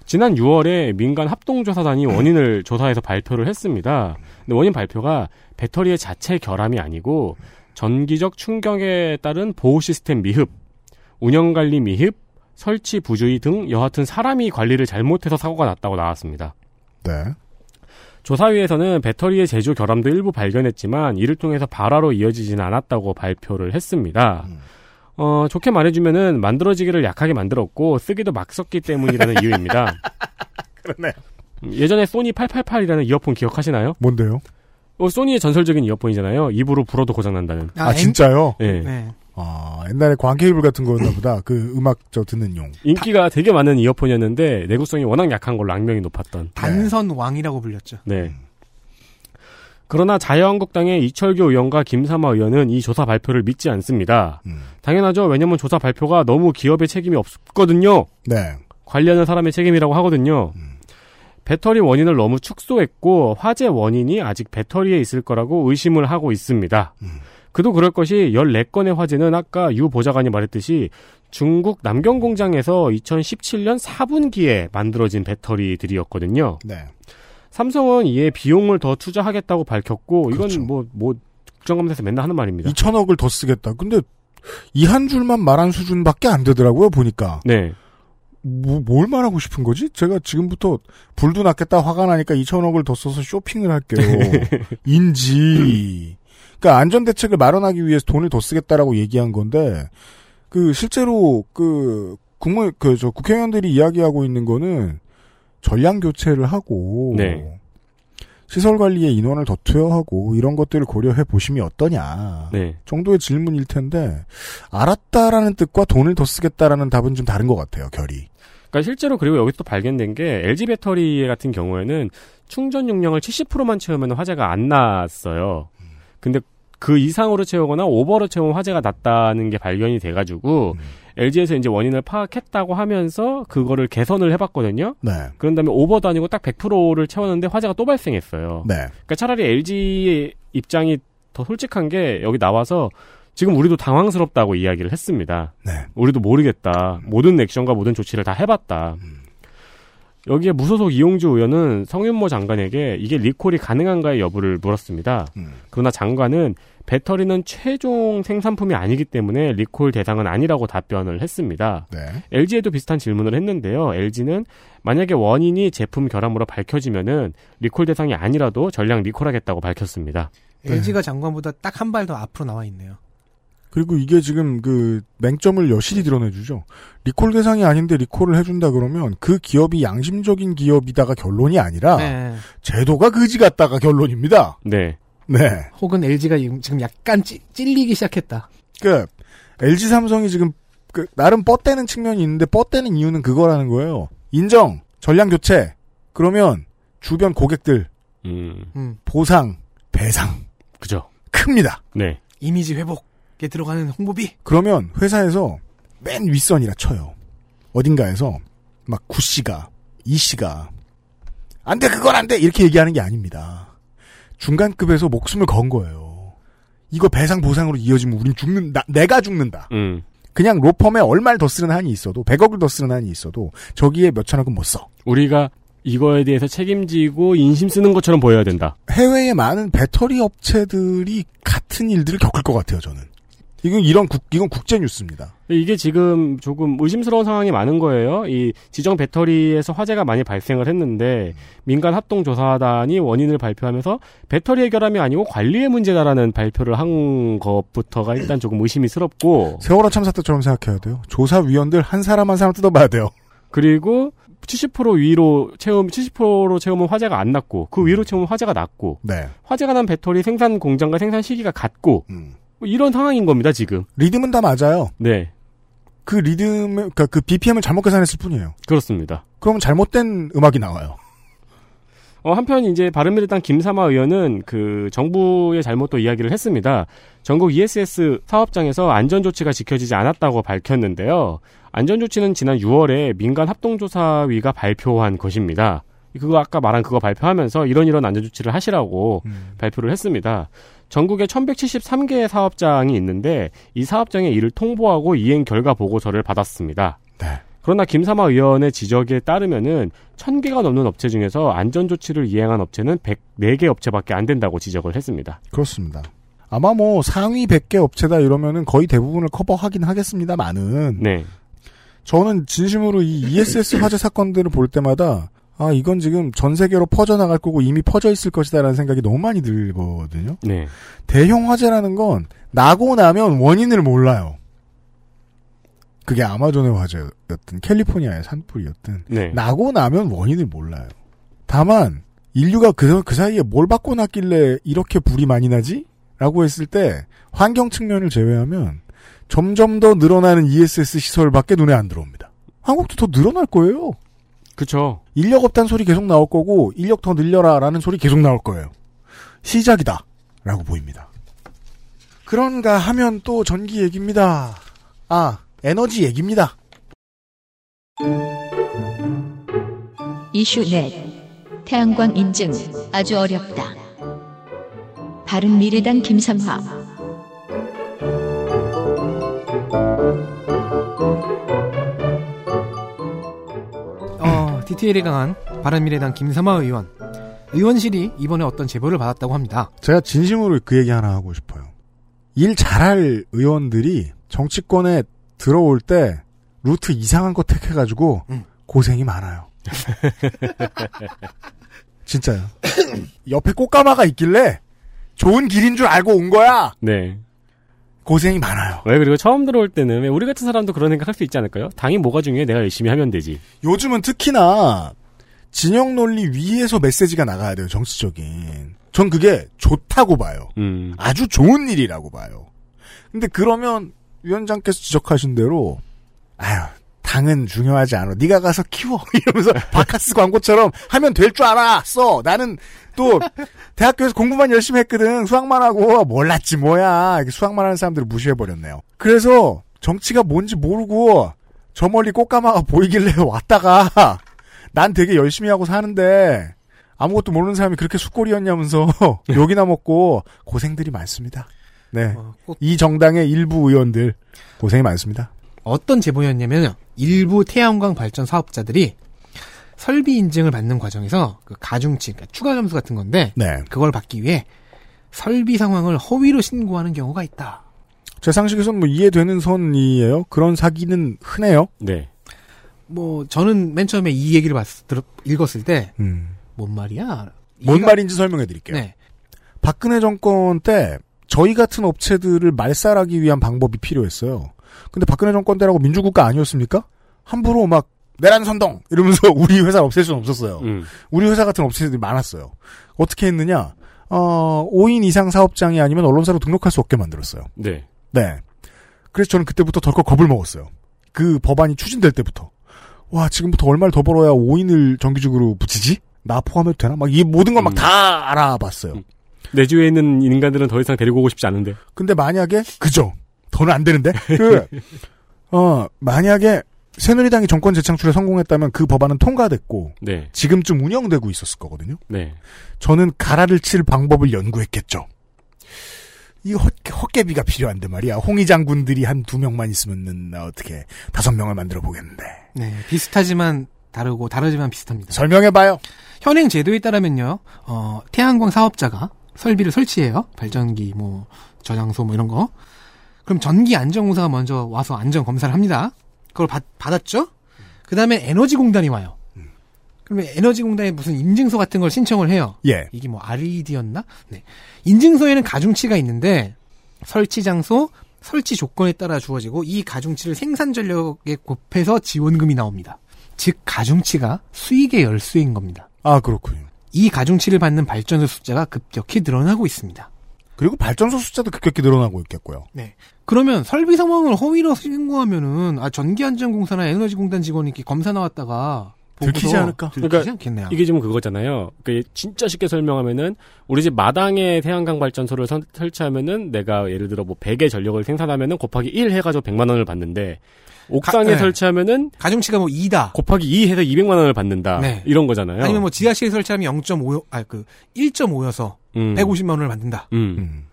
지난 6월에 민간 합동조사단이 원인을 조사해서 발표를 했습니다. 근데 원인 발표가 배터리의 자체 결함이 아니고 전기적 충격에 따른 보호 시스템 미흡, 운영 관리 미흡, 설치 부주의 등 여하튼 사람이 관리를 잘못해서 사고가 났다고 나왔습니다. 네. 조사위에서는 배터리의 제조 결함도 일부 발견했지만 이를 통해서 발화로 이어지진 않았다고 발표를 했습니다. 음. 어, 좋게 말해주면은 만들어지기를 약하게 만들었고 쓰기도 막 썼기 때문이라는 이유입니다. 그러네. 음, 예전에 소니 888이라는 이어폰 기억하시나요? 뭔데요? 어, 소니의 전설적인 이어폰이잖아요. 입으로 불어도 고장난다는. 아, 진짜요? 예. 네. 아 옛날에 광케이블 같은 거였나 보다. 그 음악 저 듣는 용. 인기가 되게 많은 이어폰이었는데 내구성이 워낙 약한 걸로 악명이 높았던. 단선 왕이라고 불렸죠. 네. 그러나 자유한국당의 이철규 의원과 김삼아 의원은 이 조사 발표를 믿지 않습니다. 음. 당연하죠. 왜냐면 조사 발표가 너무 기업의 책임이 없거든요. 네. 관리하는 사람의 책임이라고 하거든요. 배터리 원인을 너무 축소했고 화재 원인이 아직 배터리에 있을 거라고 의심을 하고 있습니다. 그도 그럴 것이 14건의 화재는 아까 유 보좌관이 말했듯이 중국 남경 공장에서 2017년 4분기에 만들어진 배터리들이었거든요. 네. 삼성은 이에 비용을 더 투자하겠다고 밝혔고 이건 그렇죠. 뭐 뭐 국정감사에서 맨날 하는 말입니다. 2천억을 더 쓰겠다. 근데 이 한 줄만 말한 수준밖에 안 되더라고요 보니까. 네. 뭐, 뭘 말하고 싶은 거지? 제가 지금부터 불도 났겠다 화가 나니까 2천억을 더 써서 쇼핑을 할게요. 인지. 그러니까 안전 대책을 마련하기 위해서 돈을 더 쓰겠다라고 얘기한 건데 그 실제로 그 국무 그저 국회의원들이 이야기하고 있는 거는 전량 교체를 하고 네. 시설 관리에 인원을 더 투여하고 이런 것들을 고려해 보심이 어떠냐 네. 정도의 질문일 텐데 알았다라는 뜻과 돈을 더 쓰겠다라는 답은 좀 다른 것 같아요 결이. 그러니까 실제로 그리고 여기서 또 발견된 게 LG 배터리 같은 경우에는 충전 용량을 70%만 채우면 화재가 안 났어요. 음. 근데 그 이상으로 채우거나 오버로 채우면 화재가 났다는 게 발견이 음. 돼가지고 LG에서 이제 원인을 파악했다고 하면서 그거를 개선을 해봤거든요. 네. 그런 다음에 오버도 아니고 딱 100%를 채웠는데 화재가 또 발생했어요. 네. 그러니까 차라리 LG의 입장이 더 솔직한 게 여기 나와서 지금 우리도 당황스럽다고 이야기를 했습니다. 네. 우리도 모르겠다. 모든 액션과 모든 조치를 다 해봤다. 여기에 무소속 이용주 의원은 성윤모 장관에게 이게 리콜이 가능한가의 여부를 물었습니다. 음. 그러나 장관은 배터리는 최종 생산품이 아니기 때문에 리콜 대상은 아니라고 답변을 했습니다. 네. LG에도 비슷한 질문을 했는데요. LG는 만약에 원인이 제품 결함으로 밝혀지면은 리콜 대상이 아니라도 전량 리콜하겠다고 밝혔습니다. LG가 장관보다 딱 한 발 더 앞으로 나와 있네요. 그리고 이게 지금 그 맹점을 여실히 드러내주죠. 리콜 대상이 아닌데 리콜을 해준다 그러면 그 기업이 양심적인 기업이다가 결론이 아니라 네. 제도가 그지 같다가 결론입니다. 네. 네. 혹은 LG가 지금 약간 찌, 찔리기 시작했다. 그 LG 삼성이 지금 그 나름 뻗대는 측면이 있는데 뻗대는 이유는 그거라는 거예요. 인정, 전량 교체. 그러면 주변 고객들 음, 음. 보상, 배상 그죠. 큽니다. 네. 이미지 회복에 들어가는 홍보비. 그러면 회사에서 맨 윗선이라 쳐요. 어딘가에서 막 구씨가, 이씨가 안 돼, 그건 안 돼! 이렇게 얘기하는 게 아닙니다. 중간급에서 목숨을 건 거예요. 이거 배상 보상으로 이어지면 우린 죽는다. 내가 죽는다. 음. 그냥 로펌에 얼마를 더 쓰는 한이 있어도 100억을 더 쓰는 한이 있어도 저기에 몇천억은 못 써. 우리가 이거에 대해서 책임지고 인심 쓰는 것처럼 보여야 된다. 해외의 많은 배터리 업체들이 같은 일들을 겪을 것 같아요, 저는. 이건 이런 국, 이건 국제 뉴스입니다. 이게 지금 조금 의심스러운 상황이 많은 거예요. 이 지정 배터리에서 화재가 많이 발생을 했는데 민간 합동 조사단이 원인을 발표하면서 배터리의 결함이 아니고 관리의 문제다라는 발표를 한 것부터가 일단 조금 의심이스럽고 세월호 참사 때처럼 생각해야 돼요. 조사위원들 한 사람 한 사람 뜯어봐야 돼요. 그리고 70% 위로 채움 70%로 채우면 화재가 안 났고 그 위로 채우면 화재가 났고 네. 화재가 난 배터리 생산 공장과 생산 시기가 같고 음. 뭐 이런 상황인 겁니다 지금. 리듬은 다 맞아요. 네 그 리듬, 그니까 그 BPM을 잘못 계산했을 뿐이에요. 그렇습니다. 그러면 잘못된 음악이 나와요. 어, 한편 이제 바른미래당 김삼아 의원은 그 정부의 잘못도 이야기를 E 했습니다. 전국 ESS 사업장에서 안전 조치가 지켜지지 않았다고 밝혔는데요. 안전조치는 지난 6월에 민간합동조사위가 발표한 것입니다. 그거 아까 말한 그거 발표하면서 이런 이런 안전조치를 하시라고 발표를 했습니다. 전국에 1173개의 사업장이 있는데 이 사업장의 이를 통보하고 이행 결과 보고서를 받았습니다. 네. 그러나 김삼아 의원의 지적에 따르면은 1000개가 넘는 업체 중에서 안전조치를 이행한 업체는 104개 업체밖에 안 된다고 지적을 했습니다. 그렇습니다. 아마 뭐 상위 100개 업체다 이러면은 거의 대부분을 커버하긴 하겠습니다만은 네. 저는 진심으로 이 ESS 화재 사건들을 볼 때마다 아 이건 지금 전 세계로 퍼져나갈 거고 이미 퍼져 있을 것이다라는 생각이 너무 많이 들거든요. 네. 대형 화재라는 건 나고 나면 원인을 몰라요. 그게 아마존의 화재였든 캘리포니아의 산불이었든 네. 나고 나면 원인을 몰라요. 다만 인류가 그, 그 사이에 뭘 바꿔 놨길래 이렇게 불이 많이 나지? 라고 했을 때 환경 측면을 제외하면 점점 더 늘어나는 ESS 시설밖에 눈에 안 들어옵니다. 한국도 더 늘어날 거예요. 그쵸. 인력 없다는 소리 계속 나올 거고 인력 더 늘려라라는 소리 계속 나올 거예요. 시작이다 라고 보입니다. 그런가 하면 또 전기 얘기입니다. 아 에너지 얘기입니다. 이슈 넷. 태양광 인증 아주 어렵다. 바른미래당 김삼화. 어, 디테일이 강한 바른미래당 김삼아 의원. 의원실이 이번에 어떤 제보를 받았다고 합니다. 제가 진심으로 그 얘기 하나 하고 싶어요. 일 잘할 의원들이 정치권에 들어올 때 루트 이상한 거 택해가지고 음. 고생이 많아요. 진짜요. 옆에 꽃가마가 있길래 좋은 길인 줄 알고 온 거야. 네. 고생이 많아요. 왜 그리고 처음 들어올 때는 왜 우리 같은 사람도 그런 생각할 수 있지 않을까요? 당이 뭐가 중요해? 내가 열심히 하면 되지. 요즘은 특히나 진영 논리 위에서 메시지가 나가야 돼요. 정치적인. 전 그게 좋다고 봐요. 음. 아주 좋은 일이라고 봐요. 근데 그러면 위원장께서 지적하신 대로 아유 당은 중요하지 않아. 네가 가서 키워 이러면서 바카스 광고처럼 하면 될 줄 알아. 써. 나는 또 대학교에서 공부만 열심히 했거든. 수학만 하고 몰랐지 뭐야. 이렇게 수학만 하는 사람들을 무시해 버렸네요. 그래서 정치가 뭔지 모르고 저 멀리 꽃가마가 보이길래 왔다가 난 되게 열심히 하고 사는데 아무것도 모르는 사람이 그렇게 숫골이었냐면서 욕이나 먹고 고생들이 많습니다. 네. 예. 어, 꼭 이 정당의 일부 의원들 고생이 많습니다. 어떤 제보였냐면 일부 태양광 발전 사업자들이 설비 인증을 받는 과정에서 그 가중치, 그러니까 추가 점수 같은 건데 네. 그걸 받기 위해 설비 상황을 허위로 신고하는 경우가 있다. 제 상식에서는 뭐 이해되는 선이에요. 그런 사기는 흔해요. 네. 뭐 저는 맨 처음에 이 얘기를 봤, 들 읽었을 때 음. 뭔 말이야? 뭔 이해가- 말인지 설명해 드릴게요. 네. 박근혜 정권 때 저희 같은 업체들을 말살하기 위한 방법이 필요했어요. 근데 박근혜 정권 때라고 민주국가 아니었습니까? 함부로 막 내란 선동 이러면서 우리 회사를 없앨 수는 없었어요. 음. 우리 회사 같은 업체들이 많았어요. 어떻게 했느냐? 어, 5인 이상 사업장이 아니면 언론사로 등록할 수 없게 만들었어요. 네. 네. 그래서 저는 그때부터 덜컥 겁을 먹었어요. 그 법안이 추진될 때부터. 와, 지금부터 얼마를 더 벌어야 5인을 정규직으로 붙이지? 나 포함해도 되나? 막 이 모든 걸 막 다 알아봤어요. 음. 내 주위에 있는 인간들은 더 이상 데리고 오고 싶지 않은데. 근데 만약에 그죠? 더는 안 되는데. 그, 어, 만약에 새누리당이 정권 재창출에 성공했다면 그 법안은 통과됐고 네. 지금쯤 운영되고 있었을 거거든요. 네. 저는 가라를 칠 방법을 연구했겠죠. 이 헛, 헛개비가 필요한데 말이야. 홍의 장군들이 한 두 명만 있으면은 나 어떻게 다섯 명을 만들어 보겠는데. 네, 비슷하지만 다르고 다르지만 비슷합니다. 설명해봐요. 현행 제도에 따르면요, 어, 태양광 사업자가 설비를 설치해요. 발전기, 뭐, 저장소, 뭐 이런 거. 그럼 전기 안전공사가 먼저 와서 안전 검사를 합니다. 그걸 받, 받았죠? 그 다음에 에너지공단이 와요. 그러면 에너지공단에 무슨 인증서 같은 걸 신청을 해요. 예. 이게 뭐 RED였나? 네. 인증서에는 가중치가 있는데 설치 장소, 설치 조건에 따라 주어지고 이 가중치를 생산 전력에 곱해서 지원금이 나옵니다. 즉 가중치가 수익의 열쇠인 겁니다. 아, 그렇군요. 이 가중치를 받는 발전소 숫자가 급격히 늘어나고 있습니다. 그리고 발전소 숫자도 급격히 늘어나고 있겠고요. 네. 그러면 설비 상황을 허위로 신고하면은 아 전기안전공사나 에너지공단 직원이 이렇게 검사 나왔다가 보고서 들키지 않을까? 들키지 그러니까 않겠네요. 이게 지금 그거잖아요. 그 진짜 쉽게 설명하면은 우리 집 마당에 태양광 발전소를 선- 설치하면은 내가 예를 들어 뭐 100의 전력을 생산하면은 곱하기 1 해가지고 100만 원을 받는데 옥상에 가- 네. 설치하면은 가중치가 뭐 2다. 곱하기 2 해서 200만 원을 받는다. 네. 이런 거잖아요. 아니면 뭐 지하실에 설치하면 0.5, 아, 그, 1.5여서 음. 150만 원을 받는다. 음. 음.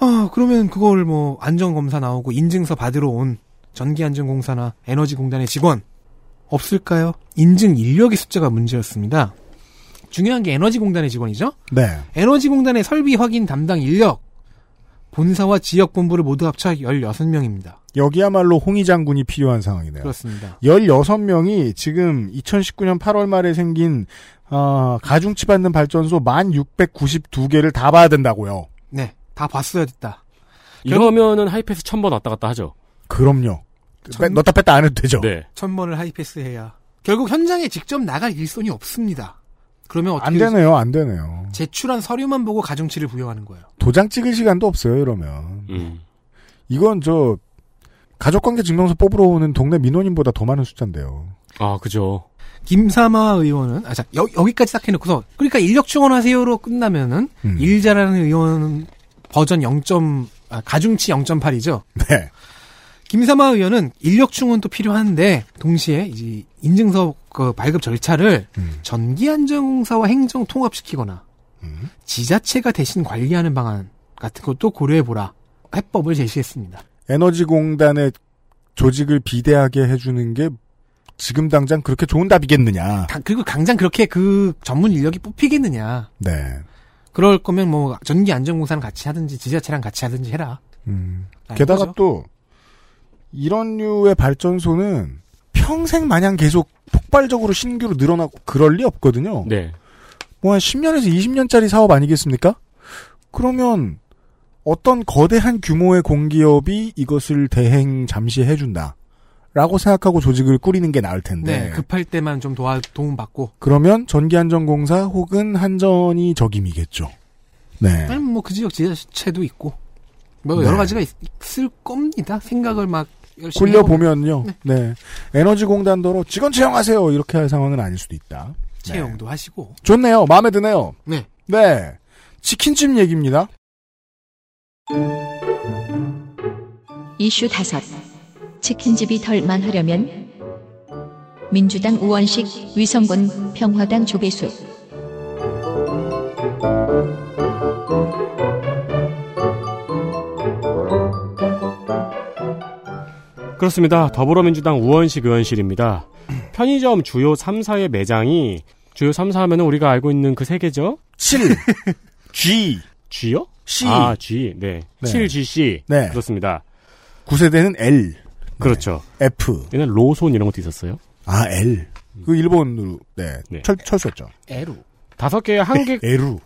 아, 그러면 그걸 뭐, 안전검사 나오고 인증서 받으러 온 전기안전공사나 에너지공단의 직원, 없을까요? 인증 인력의 숫자가 문제였습니다. 중요한 게 에너지공단의 직원이죠? 네. 에너지공단의 설비 확인 담당 인력, 본사와 지역본부를 모두 합쳐 16명입니다. 여기야말로 홍희 장군이 필요한 상황이네요. 그렇습니다. 16명이 지금 2019년 8월 말에 생긴 어, 가중치 받는 발전소 1692개를 다 봐야 된다고요. 네, 다 봤어야 됐다. 이러면은 하이패스 1000번 왔다 갔다 하죠. 그럼요. 빼- 전- 넣었다 뺐다 안 해도 되죠. 네. 천번을 하이패스 해야. 결국 현장에 직접 나갈 일손이 없습니다. 그러면 어떻게 안 되네요, 안 되네요. 제출한 서류만 보고 가중치를 부여하는 거예요. 도장 찍을 시간도 없어요, 이러면. 음. 이건 저 가족관계 증명서 뽑으러 오는 동네 민원인보다 더 많은 숫자인데요. 아, 그죠. 김사마 의원은 아자 여기까지 딱 해놓고서 그러니까 인력 충원하세요로 끝나면은 음. 일자라는 의원 버전 0. 아, 가중치 0.8이죠. 네. 김사마 의원은 인력 충원도 필요한데 동시에 이제 인증서 그 발급 절차를 음. 전기안전공사와 행정 통합시키거나 음. 지자체가 대신 관리하는 방안 같은 것도 고려해보라 해법을 제시했습니다. 에너지공단의 조직을 비대하게 해주는 게 지금 당장 그렇게 좋은 답이겠느냐. 당- 그리고 당장 그렇게 그 전문 인력이 뽑히겠느냐? 네. 그럴 거면 뭐 전기 안전공사랑 같이 하든지 지자체랑 같이 하든지 해라. 음. 라는 게다가 거죠. 또 이런 류의 발전소는 평생 마냥 계속 폭발적으로 신규로 늘어나고 그럴 리 없거든요. 네. 뭐 한 10년에서 20년짜리 사업 아니겠습니까? 그러면 어떤 거대한 규모의 공기업이 이것을 대행 잠시 해준다. 라고 생각하고 조직을 꾸리는 게 나을 텐데. 네, 급할 때만 좀 도와 도움 받고 그러면 전기안전공사 혹은 한전이 적임이겠죠. 네. 아니면 뭐 그 지역 지자체도 있고 뭐 네. 여러 가지가 있, 을 겁니다. 생각을 막 열심히 굴려 보면요. 네. 에너지 공단도로 직원 채용하세요. 이렇게 할 상황은 아닐 수도 있다. 네. 해보고 채용도 하시고 좋네요. 마음에 드네요. 네. 네. 치킨집 얘기입니다. 이슈 다섯. 치킨집이 덜 만하려면 민주당 우원식, 위성군, 평화당 조배수. 그렇습니다. 더불어민주당 우원식 의원실입니다. 편의점 주요 3사의 매장이 주요 3사 하면은 우리가 알고 있는 그 세 개죠? 7. G. G요? C. 아, G. 네. 네. 7GC. 네. 그렇습니다. 9세대는 L. 그렇죠. F. 옛날 로손 이런 것도 있었어요. 아, L. 그 일본으로, 네. 네. 철, 철수했죠. 에루 다섯 개의 한계 L우.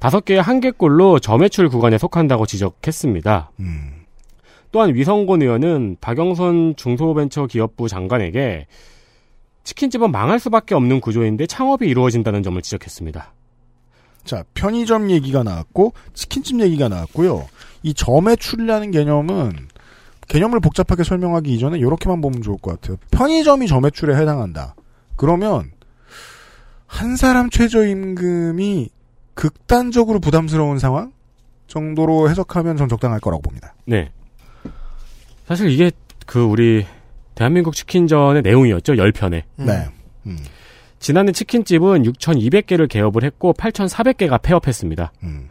다섯 개의 한계골로 저매출 구간에 속한다고 지적했습니다. 음. 또한 위성곤 의원은 박영선 중소벤처기업부 장관에게 치킨집은 망할 수밖에 없는 구조인데 창업이 이루어진다는 점을 지적했습니다. 자, 편의점 얘기가 나왔고, 치킨집 얘기가 나왔고요. 이 점매출이라는 개념은, 개념을 복잡하게 설명하기 이전에 이렇게만 보면 좋을 것 같아요. 편의점이 점매출에 해당한다. 그러면, 한 사람 최저임금이 극단적으로 부담스러운 상황? 정도로 해석하면 전 적당할 거라고 봅니다. 네. 사실 이게 그 우리 대한민국 치킨전의 내용이었죠. 10편에. 네. 음, 지난해 치킨집은 6,200개를 개업을 했고 8,400개가 폐업했습니다. 음.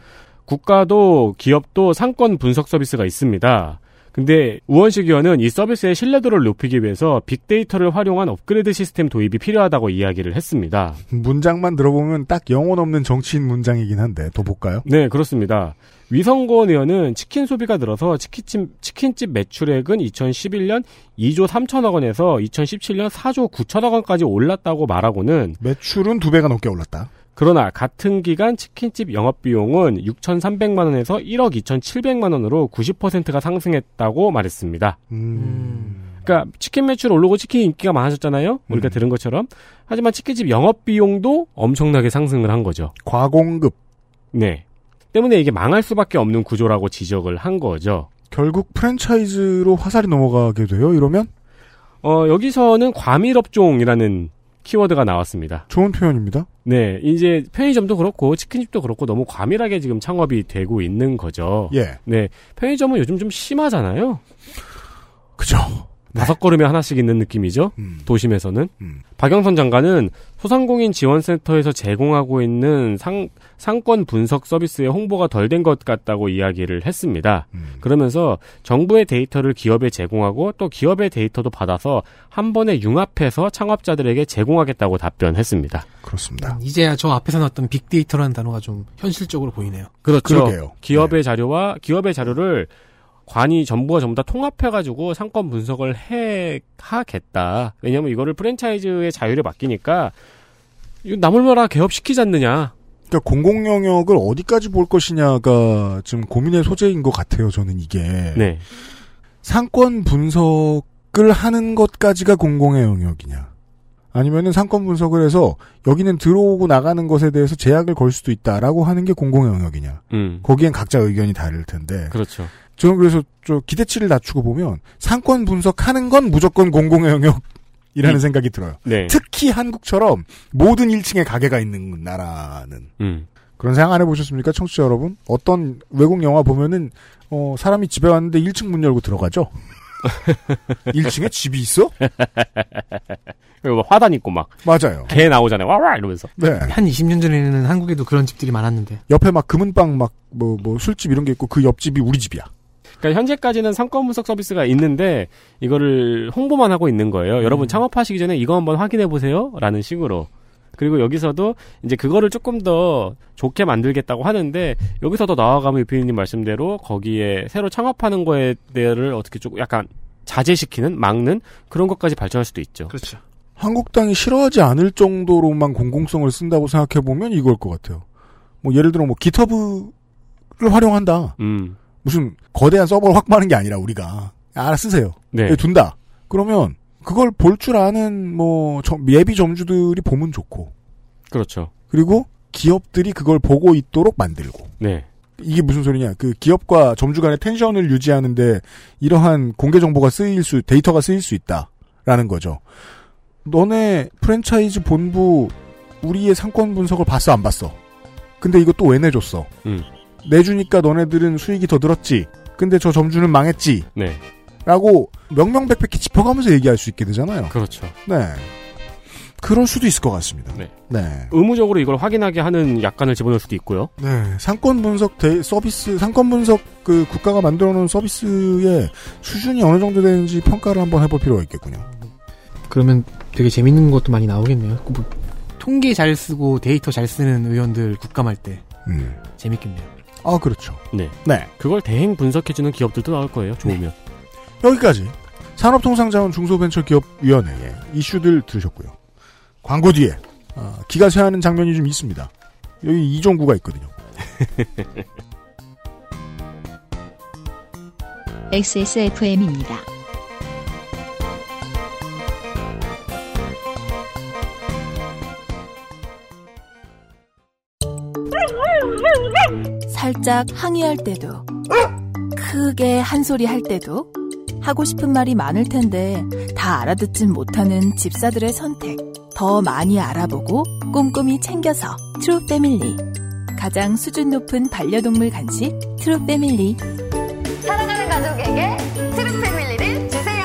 국가도 기업도 상권 분석 서비스가 있습니다. 근데 우원식 의원은 이 서비스의 신뢰도를 높이기 위해서 빅데이터를 활용한 업그레이드 시스템 도입이 필요하다고 이야기를 했습니다. 문장만 들어보면 딱 영혼 없는 정치인 문장이긴 한데, 더 볼까요? 네, 그렇습니다. 위성권 의원은 치킨 소비가 늘어서 치킨집, 치킨집 매출액은 2011년 2조 3천억 원에서 2017년 4조 9천억 원까지 올랐다고 말하고는 매출은 두 배가 넘게 올랐다. 그러나 같은 기간 치킨집 영업비용은 6,300만 원에서 1억 2,700만 원으로 90%가 상승했다고 말했습니다. 음. 그러니까 치킨 매출 오르고 치킨 인기가 많아졌잖아요. 우리가 음. 들은 것처럼. 하지만 치킨집 영업 비용도 엄청나게 상승을 한 거죠. 과공급. 네. 때문에 이게 망할 수밖에 없는 구조라고 지적을 한 거죠. 결국 프랜차이즈로 화살이 넘어가게 돼요. 이러면 어, 여기서는 과밀업종이라는 키워드가 나왔습니다. 좋은 표현입니다. 네. 이제 편의점도 그렇고 치킨집도 그렇고 너무 과밀하게 지금 창업이 되고 있는 거죠. 예. 네. 편의점은 요즘 좀 심하잖아요. 그죠. 다섯 걸음에 하나씩 있는 느낌이죠. 음. 도심에서는 음. 박영선 장관은 소상공인 지원센터에서 제공하고 있는 상, 상권 분석 서비스의 홍보가 덜 된 것 같다고 이야기를 했습니다. 음. 그러면서 정부의 데이터를 기업에 제공하고 또 기업의 데이터도 받아서 한 번에 융합해서 창업자들에게 제공하겠다고 답변했습니다. 그렇습니다. 음, 이제야 저 앞에서 나왔던 빅데이터라는 단어가 좀 현실적으로 보이네요. 그렇죠. 그러게요. 네. 기업의 자료와 기업의 자료를 관이 전부가 전부 다 통합해가지고 상권 분석을 해 하겠다. 왜냐하면 이거를 프랜차이즈의 자율에 맡기니까 이거 나물마라 개업시키지 않느냐. 그러니까 공공 영역을 어디까지 볼 것이냐가 지금 고민의 소재인 것 같아요. 저는 이게 네. 상권 분석을 하는 것까지가 공공의 영역이냐, 아니면은 상권 분석을 해서 여기는 들어오고 나가는 것에 대해서 제약을 걸 수도 있다라고 하는 게 공공의 영역이냐. 음. 거기엔 각자 의견이 다를 텐데 그렇죠. 저는 그래서 저 기대치를 낮추고 보면 상권 분석하는 건 무조건 공공의 영역이라는 음. 생각이 들어요. 네. 특히 한국처럼 모든 1층에 가게가 있는 그 나라는 음. 그런 생각 안 해보셨습니까, 청취자 여러분? 어떤 외국 영화 보면은 어, 사람이 집에 왔는데 1층 문 열고 들어가죠. 1층에 집이 있어? 그리고 막 화단 있고 막 개 맞아요. 나오잖아요. 와와 이러면서. 네. 한 20년 전에는 한국에도 그런 집들이 많았는데 옆에 막 금은방 막 뭐 뭐 술집 이런 게 있고 그 옆집이 우리 집이야. 그러니까 현재까지는 상권 분석 서비스가 있는데 이거를 홍보만 하고 있는 거예요. 여러분 창업하시기 전에 이거 한번 확인해 보세요라는 식으로. 그리고 여기서도 이제 그거를 조금 더 좋게 만들겠다고 하는데 여기서 더 나아가면 유피님 말씀대로 거기에 새로 창업하는 거에 대해를 어떻게 조금 약간 자제시키는 막는 그런 것까지 발전할 수도 있죠. 그렇죠. 한국당이 싫어하지 않을 정도로만 공공성을 쓴다고 생각해 보면 이걸 것 같아요. 뭐 예를 들어 뭐 기터브를 활용한다. 음. 무슨 거대한 서버를 확보하는 게 아니라 우리가 알아 쓰세요. 네. 예, 둔다. 그러면 그걸 볼 줄 아는 뭐 점- 예비 점주들이 보면 좋고 그렇죠. 그리고 기업들이 그걸 보고 있도록 만들고 네. 이게 무슨 소리냐? 그 기업과 점주 간의 텐션을 유지하는데 이러한 공개 정보가 쓰일 수 데이터가 쓰일 수 있다라는 거죠. 너네 프랜차이즈 본부 우리의 상권 분석을 봤어 안 봤어? 근데 이거 또 왜 내줬어? 음. 내주니까 너네들은 수익이 더 늘었지. 근데 저 점주는 망했지. 네. 라고 명명백백히 짚어가면서 얘기할 수 있게 되잖아요. 그렇죠. 네. 그럴 수도 있을 것 같습니다. 네. 네. 의무적으로 이걸 확인하게 하는 약관을 집어넣을 수도 있고요. 네, 상권 분석 대, 서비스, 상권 분석 그 국가가 만들어 놓은 서비스의 수준이 어느 정도 되는지 평가를 한번 해볼 필요가 있겠군요. 그러면 되게 재밌는 것도 많이 나오겠네요. 그 뭐, 통계 잘 쓰고 데이터 잘 쓰는 의원들 국감할 때 음. 재밌겠네요. 아, 그렇죠. 네. 네. 그걸 대행 분석해주는 기업들도 나올 거예요. 좋으면. 여기까지. 산업통상자원 중소벤처기업위원회의 이슈들 들으셨고요. 광고 뒤에, 아, 기가 새하는 장면이 좀 있습니다. 여기 이종구가 있거든요. XSFM입니다. 살짝 항의할 때도 크게 한 소리 할 때도 하고 싶은 말이 많을 텐데 다 알아듣진 못하는 집사들의 선택 더 많이 알아보고 꼼꼼히 챙겨서 트루 패밀리 가장 수준 높은 반려동물 간식 트루 패밀리 사랑하는 가족에게 트루 패밀리를 주세요.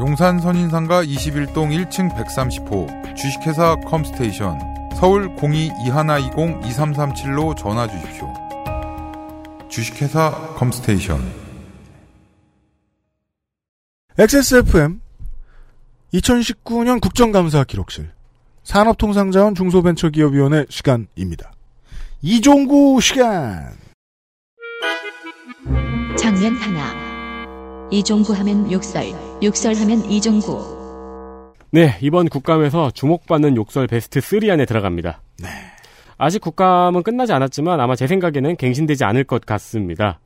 용산 선인상가 21동 1층 130호 주식회사 컴스테이션 서울 02-2120-2337로 전화 주십시오. 주식회사 컴스테이션 XSFM 2019년 국정감사 기록실 산업통상자원 중소벤처기업위원회 시간입니다. 이종구 시간! 장면 하나. 이종구 하면 욕설, 욕설 하면 이종구. 네, 이번 국감에서 주목받는 욕설 베스트 3 안에 들어갑니다. 네. 아직 국감은 끝나지 않았지만 아마 제 생각에는 갱신되지 않을 것 같습니다.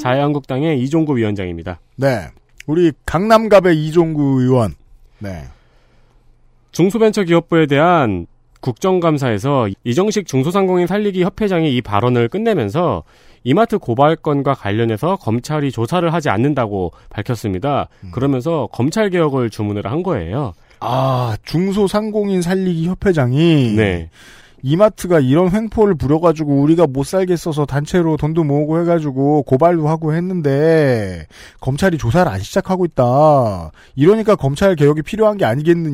자유한국당의 이종구 위원장입니다. 네. 우리 강남갑의 이종구 의원. 네. 중소벤처기업부에 대한 국정감사에서 이정식 중소상공인 살리기 협회장이 이 발언을 끝내면서 이마트 고발 건과 관련해서 검찰이 조사를 하지 않는다고 밝혔습니다. 음. 그러면서 검찰 개혁을 주문을 한 거예요. 아, 중소상공인 살리기 협회장이 네. 이마트가 이런 횡포를 부려가지고 우리가 못 살겠어서 단체로 돈도 모으고 해가지고 고발도 하고 했는데 검찰이 조사를 안 시작하고 있다. 이러니까 검찰 개혁이 필요한 게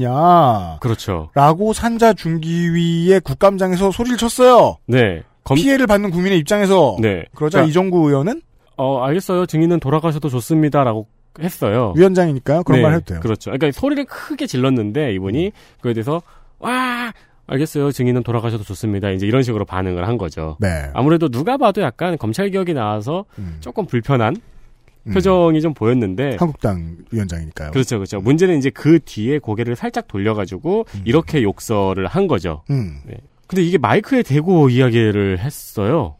아니겠느냐. 그렇죠. 라고 산자 중기위의 국감장에서 소리를 쳤어요. 네. 검, 피해를 받는 국민의 입장에서 네. 그러자 그러니까, 이정구 의원은 어, 알겠어요. 증인은 돌아가셔도 좋습니다라고 했어요. 위원장이니까 그런 네, 말 해도 돼요. 음. 그렇죠. 그러니까 소리를 크게 질렀는데 이분이 그에 대해서 와 알겠어요. 증인은 돌아가셔도 좋습니다. 이제 이런 식으로 반응을 한 거죠. 네. 아무래도 누가 봐도 약간 검찰 개혁이 나와서 음, 조금 불편한 음. 표정이 좀 보였는데 한국당 위원장이니까요. 네. 그렇죠, 그렇죠. 문제는 이제 그 뒤에 고개를 살짝 돌려가지고 이렇게 욕설을 한 거죠. 음. 근데 이게 마이크에 대고 이야기를 했어요.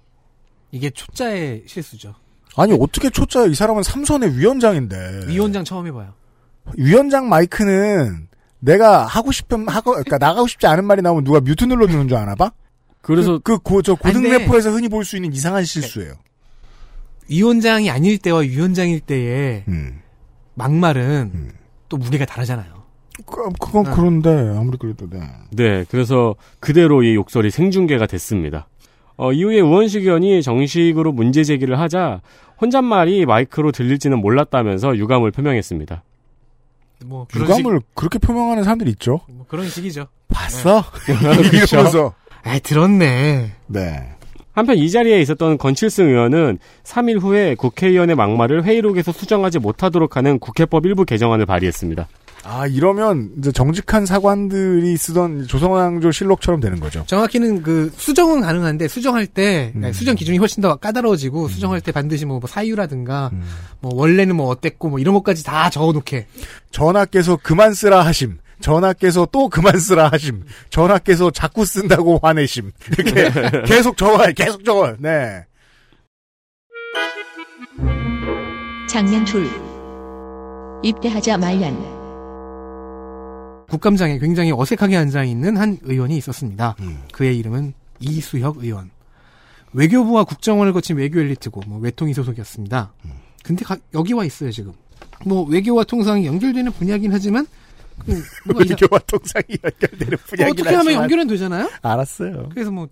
이게 초짜의 실수죠. 아니 어떻게 초짜야? 이 사람은 삼선의 위원장인데 위원장 처음 해봐요. 위원장 마이크는 내가 하고 싶은 하고 그러니까 나가고 싶지 않은 말이 나오면 누가 뮤트 눌러주는 줄 아나 봐. 그래서 그저 고등 근데- 래퍼에서 흔히 볼 수 있는 이상한 실수예요. 위원장이 아닐 때와 위원장일 때의 음. 막말은 음. 또 무게가 다르잖아요. 그, 그건 네. 그런데 아무리 그래도 네. 네, 그래서 그대로 이 욕설이 생중계가 됐습니다. 어, 이후에 우원식 의원이 정식으로 문제 제기를 하자 혼잣말이 마이크로 들릴지는 몰랐다면서 유감을 표명했습니다. 뭐 그런 유감을 그렇게 표명하는 사람들이 있죠. 식, 뭐 그런 식이죠. 봤어? 이러면서 아 들었네. 네. 한편 이 자리에 있었던 건칠승 의원은 3일 후에 국회의원의 막말을 회의록에서 수정하지 못하도록 하는 국회법 일부 개정안을 발의했습니다. 아 이러면 이제 정직한 사관들이 쓰던 조선왕조 실록처럼 되는 거죠. 정확히는 그 수정은 가능한데 수정할 때 음. 네, 수정 기준이 훨씬 더 까다로워지고 수정할 때 반드시 뭐, 뭐 사유라든가 뭐 원래는 뭐 어땠고 뭐 이런 것까지 다 적어놓게 전하께서 그만 쓰라 하심. 전하께서 또 그만 쓰라 하심. 전하께서 자꾸 쓴다고 화내심. 이렇게 네. 계속 적어요. 계속 적어요. 네. 장면 둘 입대하자 말년 국감장에 굉장히 어색하게 앉아 있는 한 의원이 있었습니다. 음. 그의 이름은 이수혁 의원. 외교부와 국정원을 거친 외교 엘리트고 뭐 외통위 소속이었습니다. 근데 가- 여기 와 있어요 지금. 뭐 외교와 통상이 연결되는 분야긴 하지만 그 뭔가 이상- 외교와 통상이 연결되는 분야긴 어떻게 하면 연결은 되잖아요. 알았어요. 그래서 뭐,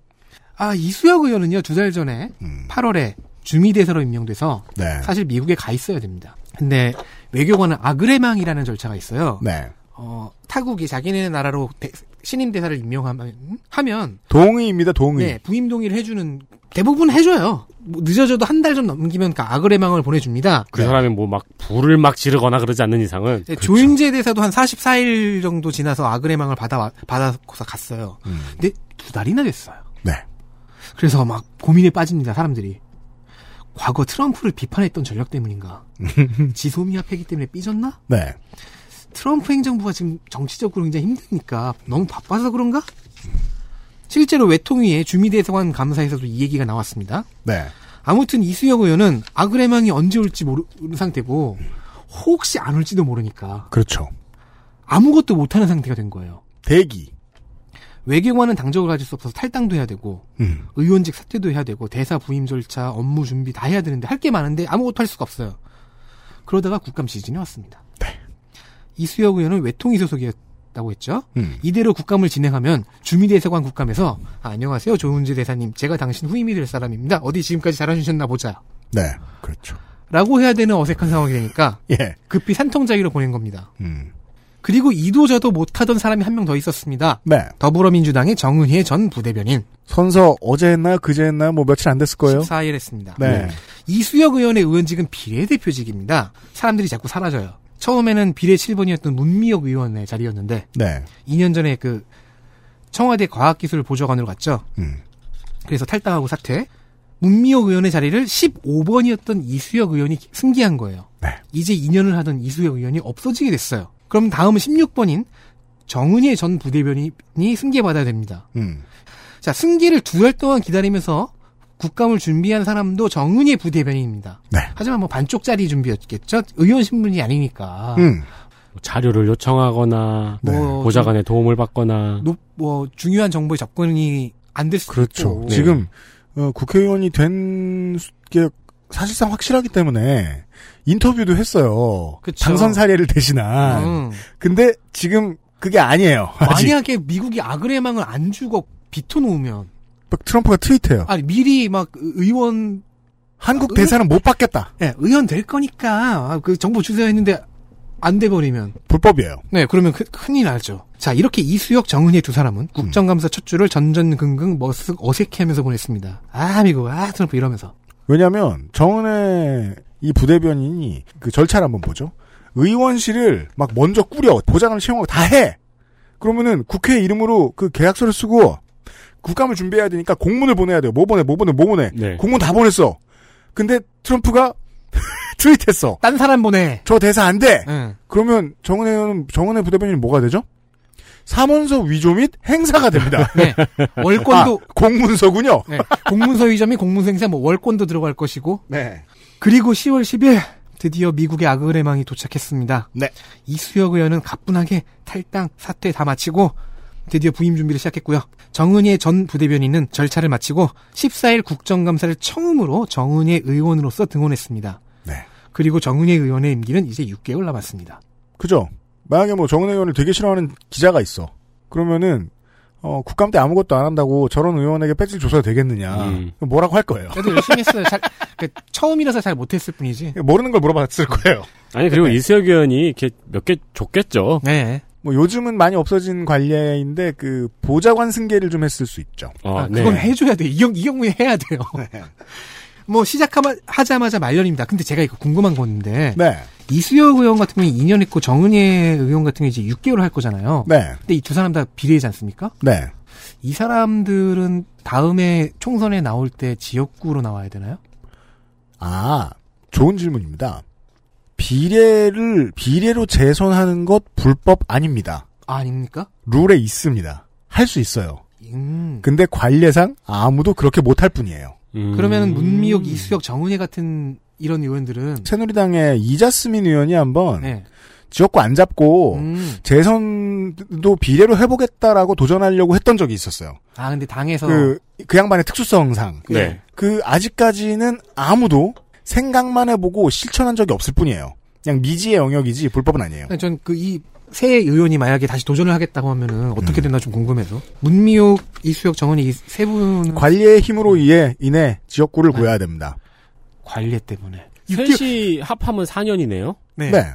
아, 이수혁 의원은요, 두 달 전에, 음. 8월에 주미대사로 임명돼서, 네. 사실 미국에 가 있어야 됩니다. 근데, 외교관은 아그레망이라는 절차가 있어요. 네. 어, 타국이 자기네 나라로 대- 신임 대사를 임명하면, 하면, 동의입니다. 동의. 네, 부임 동의를 해주는, 대부분 해줘요. 뭐 늦어져도 한 달 좀 넘기면 그 아그레망을 보내줍니다. 그 네. 사람이 뭐 막 불을 막 지르거나 그러지 않는 이상은 네, 그렇죠. 조인재 대사도 한 44일 정도 지나서 아그레망을 받아, 받아서 갔어요. 음. 근데 두 달이나 됐어요. 네. 그래서 막 고민에 빠집니다, 사람들이. 과거 트럼프를 비판했던 전력 때문인가? 지소미아 폐기 때문에 삐졌나? 네. 트럼프 행정부가 지금 정치적으로 굉장히 힘드니까 너무 바빠서 그런가? 실제로 외통위의 주미대사관 감사에서도 이 얘기가 나왔습니다. 네. 아무튼 이수혁 의원은 아그레망이 언제 올지 모르는 상태고 혹시 안 올지도 모르니까 그렇죠. 아무것도 못하는 상태가 된 거예요. 대기. 외교관은 당적을 가질 수 없어서 탈당도 해야 되고 음. 의원직 사퇴도 해야 되고 대사 부임 절차, 업무 준비 다 해야 되는데 할 게 많은데 아무것도 할 수가 없어요. 그러다가 국감 지진이 왔습니다. 네. 이수혁 의원은 외통위 소속이었다고 했죠. 음. 이대로 국감을 진행하면 주미대사관 국감에서 아, 안녕하세요 조은재 대사님 제가 당신 후임이 될 사람입니다. 어디 지금까지 잘하셨나 보자. 네. 그렇죠. 라고 해야 되는 어색한 상황이 되니까 예. 급히 산통자위로 보낸 겁니다. 음. 그리고 이도저도 못하던 사람이 한 명 더 있었습니다. 네. 더불어민주당의 정은희의 전 부대변인 선서 어제 했나요? 그제 했나요? 뭐 며칠 안 됐을 거예요? 14일 했습니다. 네. 이수혁 의원의 의원직은 비례대표직입니다. 사람들이 자꾸 사라져요. 처음에는 비례 7번이었던 문미혁 의원의 자리였는데 네. 2년 전에 그 청와대 과학기술 보좌관으로 갔죠. 음. 그래서 탈당하고 사퇴. 문미혁 의원의 자리를 15번이었던 이수혁 의원이 승계한 거예요. 네. 이제 2년을 하던 이수혁 의원이 없어지게 됐어요. 그럼 다음은 16번인 정은희 전 부대변인이 승계받아야 됩니다. 음. 자, 승기를 두 달 동안 기다리면서 국감을 준비한 사람도 정은희 부대변인입니다. 네. 하지만 뭐 반쪽짜리 준비였겠죠? 의원 신분이 아니니까. 음. 뭐 자료를 요청하거나 네. 뭐, 보좌관의 도움을 받거나 좀 높- 뭐 중요한 정보에 접근이 안 될 수도 그렇죠. 있고. 지금 네. 어, 국회의원이 된 게 사실상 확실하기 때문에 인터뷰도 했어요. 그쵸. 당선 사례를 대신한. 음. 근데 지금 그게 아니에요. 아직. 만약에 미국이 아그레망을 안 주고 비춰놓으면 막 트럼프가 트윗해요. 아니 미리 막 의원 한국 아, 대사는 못 받겠다. 예, 의원 될 거니까 아, 그 정보 주세요 했는데 안 돼 버리면 불법이에요. 네 그러면 큰, 큰일 나죠. 음. 자 이렇게 이수혁 정은희 두 사람은 국정감사 첫 주를 전전긍긍 머쓱 어색해하면서 보냈습니다. 아 미국 아 트럼프 이러면서 왜냐하면 정은혜 이 부대변인이 그 절차를 한번 보죠. 의원실을 막 먼저 꾸려 보장을 채용하고 다 해. 그러면은 국회 이름으로 그 계약서를 쓰고 국감을 준비해야 되니까 공문을 보내야 돼요. 뭐 보내, 뭐 보내, 뭐 보내. 네. 공문 다 보냈어. 근데 트럼프가 트윗했어. 딴 사람 보내. 저 대사 안 돼. 예. 그러면 정은혜 의원은 정은혜 부대변인이 뭐가 되죠? 사문서 위조 및 행사가 됩니다. 네. 월권도 아, 공문서군요. 네. 공문서 위점이 공문서 행사 뭐 월권도 들어갈 것이고 네. 그리고 10월 10일 드디어 미국의 악의 망이 도착했습니다. 네. 이수혁 의원은 가뿐하게 탈당 사퇴 다 마치고 드디어 부임 준비를 시작했고요. 정은혜 전 부대변인은 절차를 마치고 14일 국정감사를 처음으로 정은혜 의원으로서 등원했습니다. 네. 그리고 정은혜 의원의 임기는 이제 6개월 남았습니다. 그죠? 만약에 뭐 정은혜 의원을 되게 싫어하는 기자가 있어. 그러면은 어, 국감 때 아무것도 안 한다고 저런 의원에게 배지 줘서 아. 되겠느냐. 음. 뭐라고 할 거예요. 그래도 열심히 했어요. 잘, 그, 처음이라서 잘 못했을 뿐이지. 모르는 걸 물어봤을 거예요. 아니 그리고 이수혁 의원이 이렇게 몇 개 줬겠죠. 네. 뭐 요즘은 많이 없어진 관례인데 그 보좌관 승계를 좀 했을 수 있죠. 어, 아, 그건 해줘야 돼. 이경, 이 경우에 해야 돼요. 뭐, 시작하자마자 말년입니다. 근데 제가 이거 궁금한 건데. 네. 이수혁 의원 같은 경우는 2년 했고, 정은혜 의원 같은 경우는 이제 6개월 할 거잖아요. 네. 근데 이 두 사람 다 비례지 않습니까? 네. 이 사람들은 다음에 총선에 나올 때 지역구로 나와야 되나요? 아, 좋은 질문입니다. 비례를 비례로 재선하는 것 불법 아닙니다. 아, 닙니까 룰에 있습니다. 할 수 있어요. 음. 근데 관례상 아무도 그렇게 못할 뿐이에요. 음. 그러면 문미옥, 이수혁, 정은혜 같은 이런 의원들은 새누리당의 이자스민 의원이 한번 네. 지역구 안 잡고 음. 재선도 비례로 해보겠다라고 도전하려고 했던 적이 있었어요. 아, 근데 당에서 그, 그 양반의 특수성상. 네. 그 아직까지는 아무도 생각만 해보고 실천한 적이 없을 뿐이에요. 그냥 미지의 영역이지 불법은 아니에요. 전 그 이 새 의원이 만약에 다시 도전을 하겠다고 하면은 어떻게 되나 좀 궁금해서 문미옥, 이수혁, 정은이 이세 분은 관리의 음. 힘으로 인해, 인해 지역구를 네. 구해야 됩니다. 관례 때문에 셋이 합하면 4년이네요. 네. 네.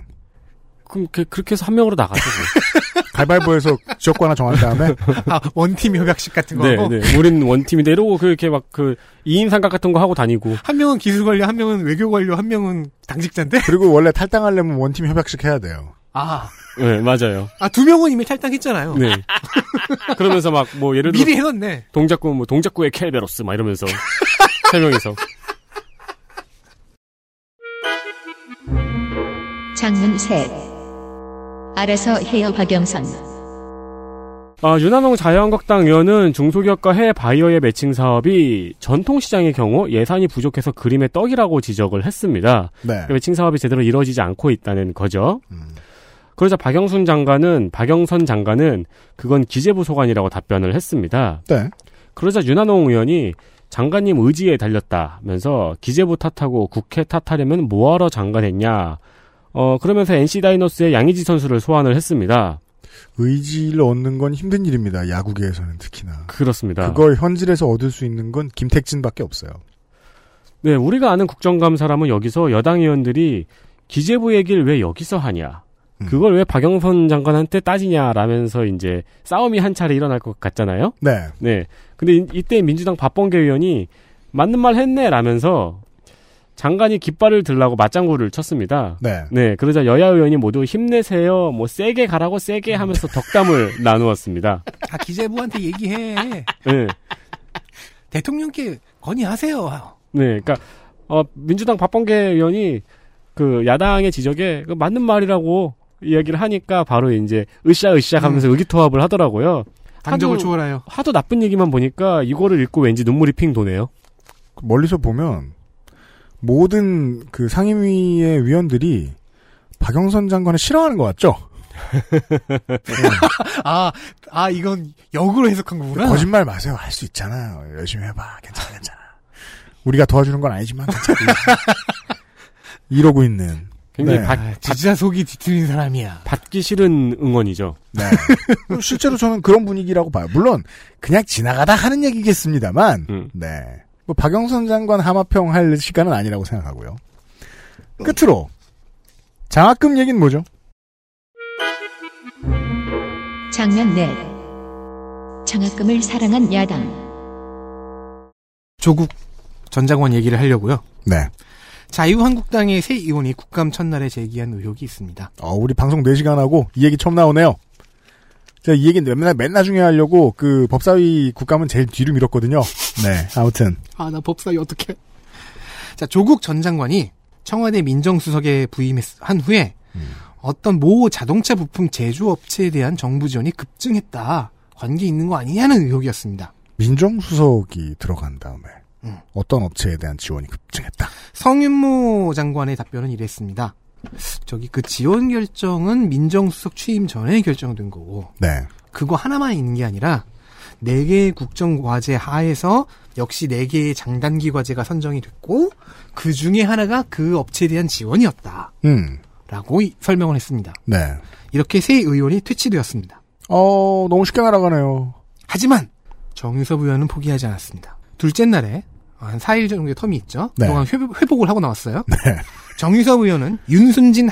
그럼 그, 그렇게 해서 한 명으로 나가죠. 갈발보에서 지역구 하나 정한 다음에 아, 원팀 협약식 같은 뭐. 거고 네, 네. 우린 원팀인데 이러고 그렇게 막 그 2인 삼각 같은 거 하고 다니고. 한 명은 기술 관료, 한 명은 외교 관료, 한 명은 당직자인데 그리고 원래 탈당하려면 원팀 협약식 해야 돼요. 아, 네, 맞아요. 아 두 명은 이미 탈당했잖아요. 네. 그러면서 막 뭐 예를 들어 미리 해놨네. 동작구 뭐 동작구의 켈베로스 막 이러면서 세 명이서 장문 셋. 알아서 해요 박영선. 아, 윤한홍 자유한국당 의원은 중소기업과 해외 바이어의 매칭 사업이 전통시장의 경우 예산이 부족해서 그림의 떡이라고 지적을 했습니다. 네. 그 매칭 사업이 제대로 이루어지지 않고 있다는 거죠. 음. 그러자 박영순 장관은 박영선 장관은 그건 기재부 소관이라고 답변을 했습니다. 네. 그러자 윤한홍 의원이 장관님 의지에 달렸다면서 기재부 탓하고 국회 탓하려면 뭐하러 장관했냐. 어 그러면서 NC 다이너스의 양의지 선수를 소환을 했습니다. 의지를 얻는 건 힘든 일입니다. 야구계에서는 특히나. 그렇습니다. 그걸 현질에서 얻을 수 있는 건 김택진밖에 없어요. 네, 우리가 아는 국정감사라면 여기서 여당 의원들이 기재부 얘기를 왜 여기서 하냐. 음. 그걸 왜 박영선 장관한테 따지냐라면서 이제 싸움이 한 차례 일어날 것 같잖아요. 네. 네. 근데 이- 이때 민주당 박범계 의원이 맞는 말 했네 라면서 장관이 깃발을 들라고 맞장구를 쳤습니다. 네. 네. 그러자 여야 의원이 모두 힘내세요. 뭐 세게 가라고 세게 하면서 덕담을 나누었습니다. 아 기재부한테 얘기해. 네. 대통령께 건의하세요. 네, 그러니까 어, 민주당 박범계 의원이 그 야당의 지적에 그 맞는 말이라고 이야기를 하니까 바로 이제 으쌰으쌰 하면서 의기투합을 하더라고요. 당적을 하도- 초월하여. 하도 나쁜 얘기만 보니까 이거를 읽고 왠지 눈물이 핑 도네요. 멀리서 보면 모든 그 상임위의 위원들이 박영선 장관을 싫어하는 것 같죠? 아, 아 이건 역으로 해석한 거구나. 거짓말 마세요. 할 수 있잖아요. 열심히 해봐. 괜찮아, 괜찮아. 우리가 도와주는 건 아니지만 괜찮아. 이러고 있는. 굉장히 네. 받, 아, 진짜 속이 뒤틀린 사람이야. 받기 싫은 응원이죠. 네. 실제로 저는 그런 분위기라고 봐요. 물론 그냥 지나가다 하는 얘기겠습니다만, 음. 네. 뭐 박영선 장관 하마평 할 시간은 아니라고 생각하고요. 끝으로 장학금 얘기는 뭐죠? 장면 넷. 장학금을 사랑한 야당. 조국 전 장관 얘기를 하려고요. 네. 자유한국당의 새 의원이 국감 첫날에 제기한 의혹이 있습니다. 어, 우리 방송 4시간 하고 이 얘기 처음 나오네요. 제가 이 얘기는 맨날 맨 나중에 하려고 그 법사위 국감은 제일 뒤로 밀었거든요. 네. 아무튼 아, 나 법사위 어떻게? 자, 조국 전 장관이 청와대 민정수석에 부임한 후에 어떤 모 자동차 부품 제조업체에 대한 정부 지원이 급증했다. 관계 있는 거 아니냐는 의혹이었습니다. 민정수석이 들어간 다음에 음. 어떤 업체에 대한 지원이 급증했다. 성윤모 장관의 답변은 이랬습니다. 저기 그 지원 결정은 민정수석 취임 전에 결정된 거고 네. 그거 하나만 있는 게 아니라 네 개의 국정 과제 하에서 역시 네 개의 장단기 과제가 선정이 됐고 그 중에 하나가 그 업체에 대한 지원이었다라고 음. 이- 설명을 했습니다. 네. 이렇게 새 의원이 퇴치되었습니다. 어, 너무 쉽게 날아가네요. 하지만 정유섭 의원은 포기하지 않았습니다. 둘째 날에 한 4일 정도의 텀이 있죠. 네. 그동안 회복, 회복을 하고 나왔어요. 정유섭 의원은 윤순진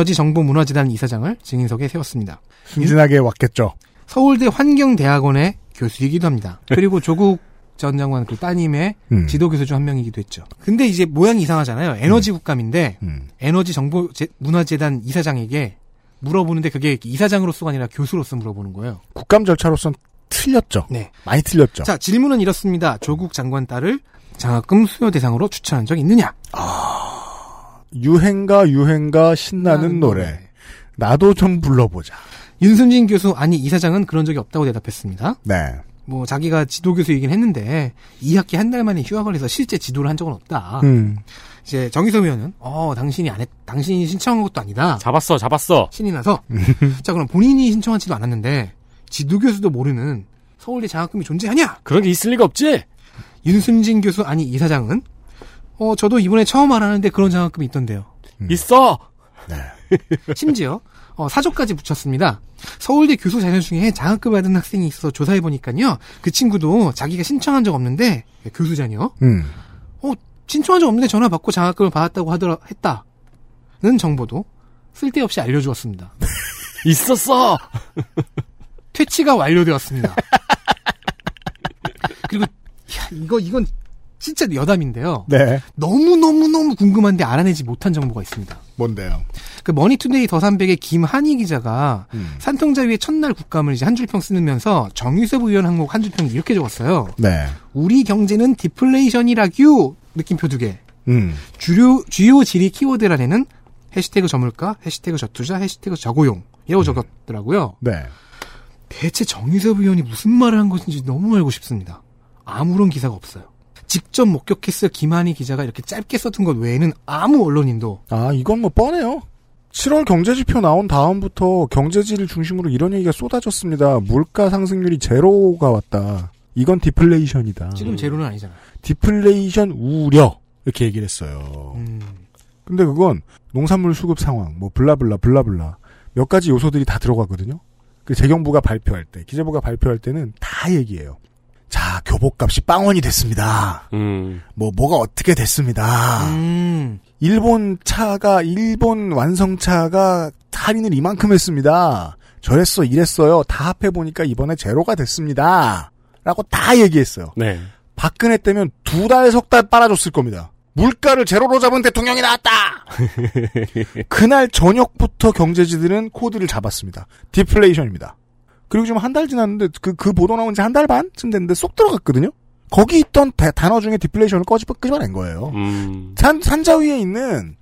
한국에너지정보문화재단 이사장을 증인석에 세웠습니다. 순진하게 왔겠죠. 서울대 환경대학원의 교수이기도 합니다. 그리고 조국 전 장관 그 따님의 네. 음. 지도 교수 중 한 명이기도 했죠. 근데 이제 모양이 이상하잖아요. 에너지 국감인데 음. 에너지 정보 제- 문화재단 이사장에게 물어보는데 그게 이사장으로서가 아니라 교수로서 물어보는 거예요. 국감 절차로선 틀렸죠. 네. 많이 틀렸죠. 자, 질문은 이렇습니다. 조국 장관 딸을 장학금 수여 대상으로 추천한 적 있느냐? 유행가 유행가 신나는 노래. 나도 좀 불러보자. 윤순진 교수 아니 이사장은 그런 적이 없다고 대답했습니다. 네. 뭐 자기가 지도 교수이긴 했는데 2학기 한 달 만에 휴학을 해서 실제 지도를 한 적은 없다. 음. 이제 정의섭 의원은 어 당신이 안 했, 당신이 신청한 것도 아니다. 잡았어, 잡았어. 신이 나서 자 그럼 본인이 신청하지도 않았는데 지도 교수도 모르는 서울대 장학금이 존재하냐? 그런 게 있을 리가 없지. 윤순진 교수 아니 이사장은 어 저도 이번에 처음 알았는데 그런 장학금이 있던데요. 음. 있어. 심지어 어, 사조까지 붙였습니다. 서울대 교수 자녀 중에 장학금 받은 학생이 있어서 조사해 보니까요 그 친구도 자기가 신청한 적 없는데 예, 교수 자녀 어, 음. 신청한 적 없는데 전화 받고 장학금을 받았다고 하더라 했다는 정보도 쓸데없이 알려주었습니다. 있었어. 퇴치가 완료되었습니다. 그리고 야, 이거 이건 진짜 여담인데요. 네. 너무 너무 너무 궁금한데 알아내지 못한 정보가 있습니다. 뭔데요? 그 머니투데이 더산백의 김한희 기자가 음. 산통자위의 첫날 국감을 이제 한 줄평 쓰면서 정유섭 의원 항목 한 줄평 이렇게 적었어요. 네. 우리 경제는 디플레이션이라규 느낌표 두 개. 음. 주요 주요 질의 키워드란에는 해시태그 저물가, 해시태그 저투자, 해시태그 저고용 이라고 적었더라고요. 네. 대체 정의섭 의원이 무슨 말을 한 것인지 너무 알고 싶습니다. 아무런 기사가 없어요. 직접 목격했을 김한희 기자가 이렇게 짧게 썼던 것 외에는 아무 언론인도 아, 이건 뭐 뻔해요. 7월 경제지표 나온 다음부터 경제지를 중심으로 이런 얘기가 쏟아졌습니다. 물가 상승률이 제로가 왔다. 이건 디플레이션이다. 지금 제로는 아니잖아요. 디플레이션 우려. 이렇게 얘기를 했어요. 음, 근데 그건 농산물 수급 상황, 뭐 블라블라 블라블라 몇 가지 요소들이 다 들어가거든요. 그 재경부가 발표할 때, 기재부가 발표할 때는 다 얘기해요. 자, 교복값이 빵원이 됐습니다. 음. 뭐 뭐가 어떻게 됐습니다. 음, 일본 차가 일본 완성차가 할인을 이만큼 했습니다. 저랬어 이랬어요. 다 합해 보니까 이번에 제로가 됐습니다. 라고 다 얘기했어요. 네. 박근혜 때면 두 달, 석 달 빨아줬을 겁니다. 물가를 제로로 잡은 대통령이 나왔다! 그날 저녁부터 경제지들은 코드를 잡았습니다. 디플레이션입니다. 그리고 지금 한 달 지났는데, 그, 그 보도 나온 지 한 달 반쯤 됐는데 쏙 들어갔거든요? 거기 있던 대- 단어 중에 디플레이션을 꺼집어 끄집어낸 거예요. 음. 산, 산자위에 있는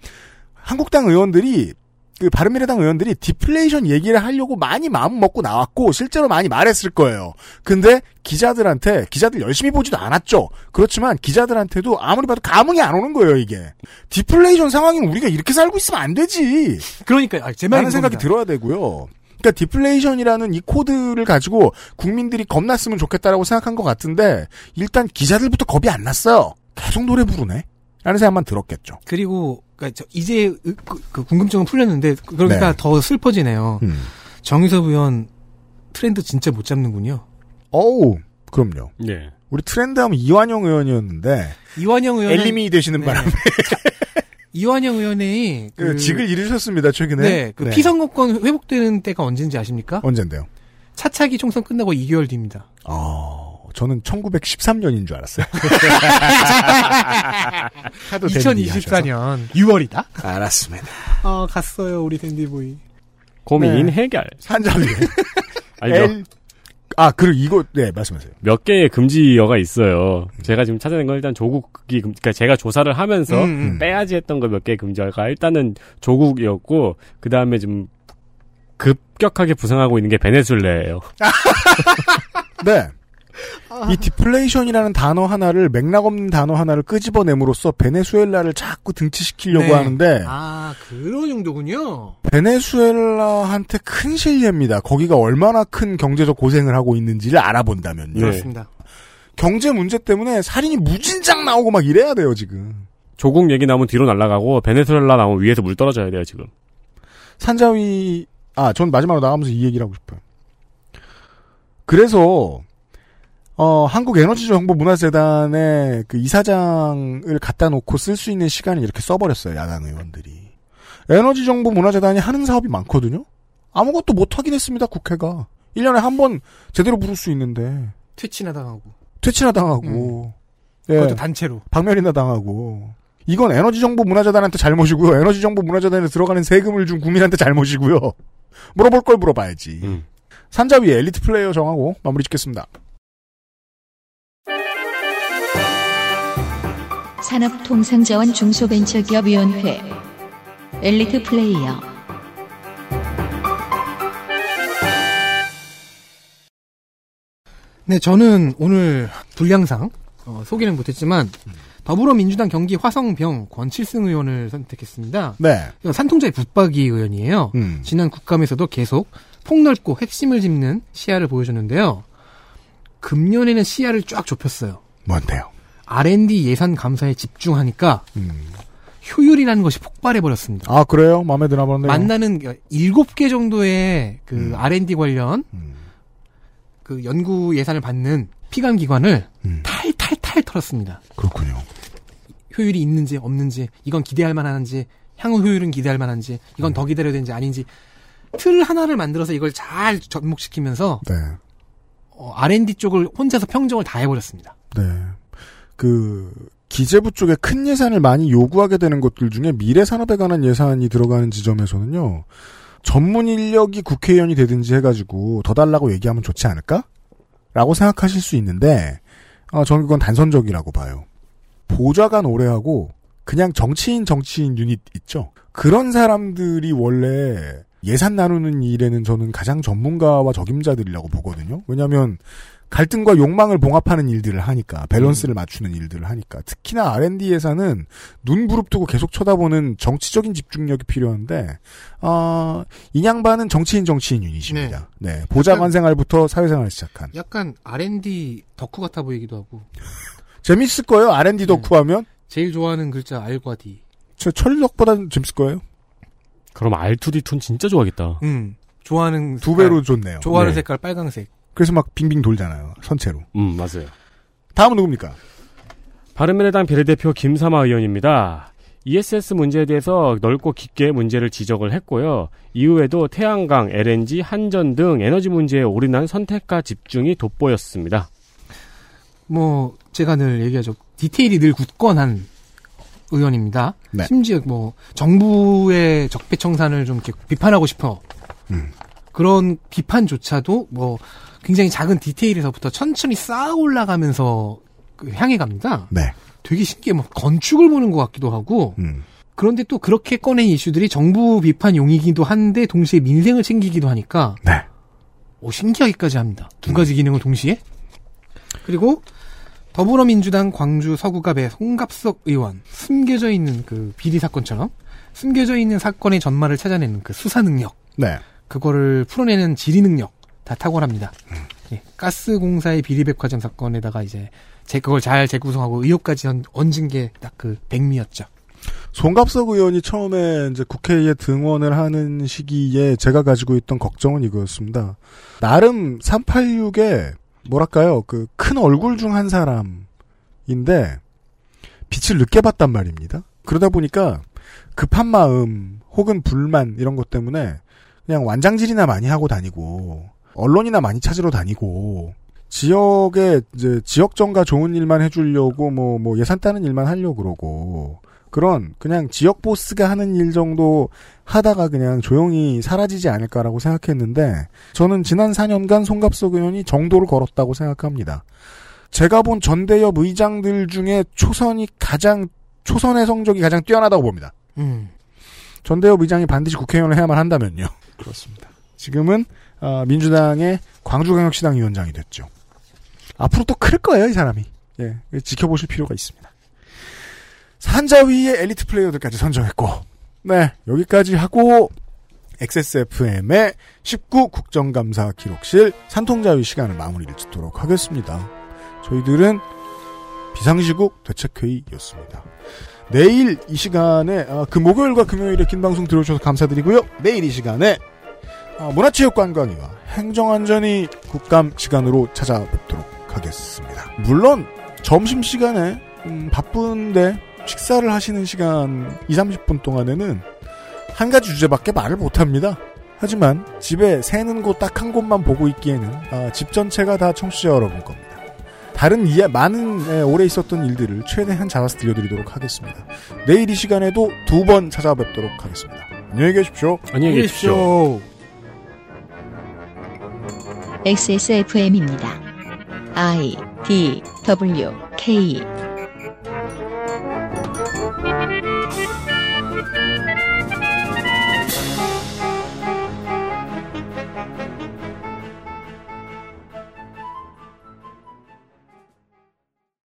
한국당 의원들이 그 바른미래당 의원들이 디플레이션 얘기를 하려고 많이 마음 먹고 나왔고 실제로 많이 말했을 거예요. 근데 기자들한테 기자들 열심히 보지도 않았죠. 그렇지만 기자들한테도 아무리 봐도 감흥이 안 오는 거예요 이게. 디플레이션 상황이 우리가 이렇게 살고 있으면 안 되지. 그러니까 제 말이 라는 생각이 그겁니다. 들어야 되고요. 그러니까 디플레이션이라는 이 코드를 가지고 국민들이 겁났으면 좋겠다라고 생각한 것 같은데 일단 기자들부터 겁이 안 났어요. 계속 노래 부르네. 라는 생각만 들었겠죠. 그리고 그러니까 저 이제 그- 그 궁금증은 풀렸는데 그러니까 네. 더 슬퍼지네요. 음. 정유섭 의원 트렌드 진짜 못 잡는군요. 어우, 그럼요. 예. 우리 트렌드 하면 이완용 의원이었는데, 이완영 의원 엘림이 되시는 바람에 이완영 의원의 그 네. 그 직을 잃으셨습니다, 최근에. 네, 그 피선거권 회복되는 때가 언제인지 아십니까? 언젠데요? 차차기 총선 끝나고 2개월 뒤입니다. 아, 저는 1913년인 줄 알았어요. 하도 된 일이 하셔서. 2024년 6월이다. 알았습니다. 어 갔어요 우리 댄디보이. 고민 네. 해결. 산자위. 아니, 몇, L. 아, 그리고 이거, 네, 말씀하세요. 몇 개의 금지어가 있어요. 제가 지금 찾아낸 건 일단 조국이, 금- 그러니까 제가 조사를 하면서 음, 빼야지 했던 거 몇 개의 금지어가 일단은 조국이었고, 그 다음에 지금 급격하게 부상하고 있는 게 베네수엘라예요. 네. 이 디플레이션이라는 단어 하나를 맥락 없는 단어 하나를 끄집어냄으로써 베네수엘라를 자꾸 등치시키려고 네. 하는데 아 그런 용도군요. 베네수엘라한테 큰 실례입니다. 거기가 얼마나 큰 경제적 고생을 하고 있는지를 알아본다면요. 그렇습니다. 경제 문제 때문에 살인이 무진장 나오고 막 이래야 돼요 지금. 조국 얘기 나오면 뒤로 날아가고, 베네수엘라 나오면 위에서 물 떨어져야 돼요, 지금. 산자위 아 전 마지막으로 나가면서 이 얘기를 하고 싶어요. 그래서 어 한국 에너지 정보 문화재단의 그 이사장을 갖다 놓고 쓸 수 있는 시간을 이렇게 써버렸어요 야당 의원들이. 에너지 정보 문화재단이 하는 사업이 많거든요. 아무것도 못 하긴 했습니다 국회가 1년에 한 번 제대로 부를 수 있는데 퇴치나 당하고 퇴치나 당하고. 예. 음. 그것도 단체로. 박멸이나 당하고. 이건 에너지정보문화재단한테 잘못이고요. 에너지정보문화재단에 들어가는 세금을 준 국민한테 잘못이고요. 물어볼 걸 물어봐야지. 음. 산자위 엘리트 플레이어 정하고 마무리 짓겠습니다. 산업통상자원 중소벤처기업위원회 엘리트 플레이어 네, 저는 오늘 불량상 어, 소개는 못했지만 더불어민주당 경기 화성병 권칠승 의원을 선택했습니다. 네. 이건 산통자의 붙박이 의원이에요. 음. 지난 국감에서도 계속 폭넓고 핵심을 짚는 시야를 보여줬는데요. 금년에는 시야를 쫙 좁혔어요. 뭔데요? R&D 예산 감사에 집중하니까 음. 효율이라는 것이 폭발해버렸습니다. 아, 그래요? 마음에 드나 보네요. 만나는 7개 정도의 그 음. R&D 관련 음. 그 연구 예산을 받는 피감 기관을 음. 탈탈탈 털었습니다. 그렇군요. 효율이 있는지 없는지 이건 기대할 만한지 향후 효율은 기대할 만한지 이건 더 기다려야 되는지 아닌지 틀 하나를 만들어서 이걸 잘 접목시키면서 네. 어, R&D 쪽을 혼자서 평정을 다 해버렸습니다. 네. 그, 기재부 쪽에 큰 예산을 많이 요구하게 되는 것들 중에 미래 산업에 관한 예산이 들어가는 지점에서는요, 전문 인력이 국회의원이 되든지 해가지고 더 달라고 얘기하면 좋지 않을까? 라고 생각하실 수 있는데, 어, 저는 그건 단선적이라고 봐요. 보좌관 오래 하고, 그냥 정치인 정치인 유닛 있죠? 그런 사람들이 원래 예산 나누는 일에는 저는 가장 전문가와 적임자들이라고 보거든요? 왜냐면, 하 갈등과 욕망을 봉합하는 일들을 하니까 밸런스를 맞추는 일들을 하니까 특히나 R&D 예산은 눈 부릅뜨고 계속 쳐다보는 정치적인 집중력이 필요한데 아 인양반은 정치인 정치인 유닛입니다. 네, 보좌관 생활부터 사회생활 시작한 약간 R&D 덕후 같아 보이기도 하고 재밌을 거예요 R&D 덕후하면 제일 좋아하는 글자 R과 D. 저 철덕보다는 재밌을 거예요 그럼 R2D2는 진짜 좋아하겠다. 음 좋아하는 두 색깔, 배로 좋네요. 좋아하는 네. 색깔 빨강색. 그래서 막 빙빙 돌잖아요 선체로. 음, 맞아요. 다음은 누굽니까? 바른미래당 비례대표 김삼아 의원입니다. ESS 문제에 대해서 넓고 깊게 문제를 지적을 했고요. 이후에도 태양광, LNG, 한전 등 에너지 문제에 올인한 선택과 집중이 돋보였습니다. 뭐 제가 늘 얘기하죠. 디테일이 늘 굳건한 의원입니다. 네. 심지어 뭐 정부의 적폐청산을 좀 이렇게 비판하고 싶어 음. 그런 비판조차도 뭐 굉장히 작은 디테일에서부터 천천히 쌓아 올라가면서 그 향해 갑니다. 네. 되게 신기해. 뭐 건축을 보는 것 같기도 하고 음. 그런데 또 그렇게 꺼낸 이슈들이 정부 비판용이기도 한데 동시에 민생을 챙기기도 하니까 네. 오, 신기하기까지 합니다. 두 가지 기능을 동시에. 그리고 더불어민주당 광주 서구갑의 송갑석 의원 숨겨져 있는 그 비리 사건처럼 숨겨져 있는 사건의 전말을 찾아내는 그 수사 능력 네. 그거를 풀어내는 지리 능력 다 탁월합니다. 예, 가스공사의 비리백화점 사건에다가 이제 제 그걸 잘 재구성하고 의혹까지 얹- 얹은 게 딱 그 백미였죠. 송갑석 의원이 처음에 이제 국회에 등원을 하는 시기에 제가 가지고 있던 걱정은 이거였습니다. 나름 386의 뭐랄까요 그 큰 얼굴 중 한 사람인데 빛을 늦게 봤단 말입니다. 그러다 보니까 급한 마음 혹은 불만 이런 것 때문에 그냥 완장질이나 많이 하고 다니고 언론이나 많이 찾으러 다니고 지역에 이제 지역 정가 좋은 일만 해주려고 뭐 뭐 예산 따는 일만 하려고 그러고 그런 그냥 지역 보스가 하는 일 정도 하다가 그냥 조용히 사라지지 않을까라고 생각했는데 저는 지난 4년간 송갑석 의원이 정도를 걸었다고 생각합니다. 제가 본 전대협 의장들 중에 초선이 가장 초선의 성적이 가장 뛰어나다고 봅니다. 음. 전대협 의장이 반드시 국회의원을 해야만 한다면요. 그렇습니다. 지금은 아, 민주당의 광주광역시당 위원장이 됐죠. 앞으로 또 클 거예요, 이 사람이. 예, 지켜보실 필요가 있습니다. 산자위의 엘리트 플레이어들까지 선정했고, 네, 여기까지 하고, XSFM의 19 국정감사 기록실 산통자위 시간을 마무리를 짓도록 하겠습니다. 저희들은 비상시국 대책회의였습니다. 내일 이 시간에 아, 그 목요일과 금요일에 긴 방송 들어주셔서 감사드리고요. 내일 이 시간에 아, 문화체육관광위와 행정안전위 국감 시간으로 찾아뵙도록 하겠습니다. 물론 점심 시간에 음, 바쁜데 식사를 하시는 시간 2, 30분 동안에는 한 가지 주제밖에 말을 못 합니다. 하지만 집에 새는 곳 딱 한 곳만 보고 있기에는 아, 집 전체가 다 청취자 여러분 겁니다. 다른 이야 많은 에, 오래 있었던 일들을 최대한 잡아서 들려드리도록 하겠습니다. 내일 이 시간에도 두 번 찾아뵙도록 하겠습니다. 안녕히 계십시오. 안녕히 계십시오. XSFM입니다. I D W K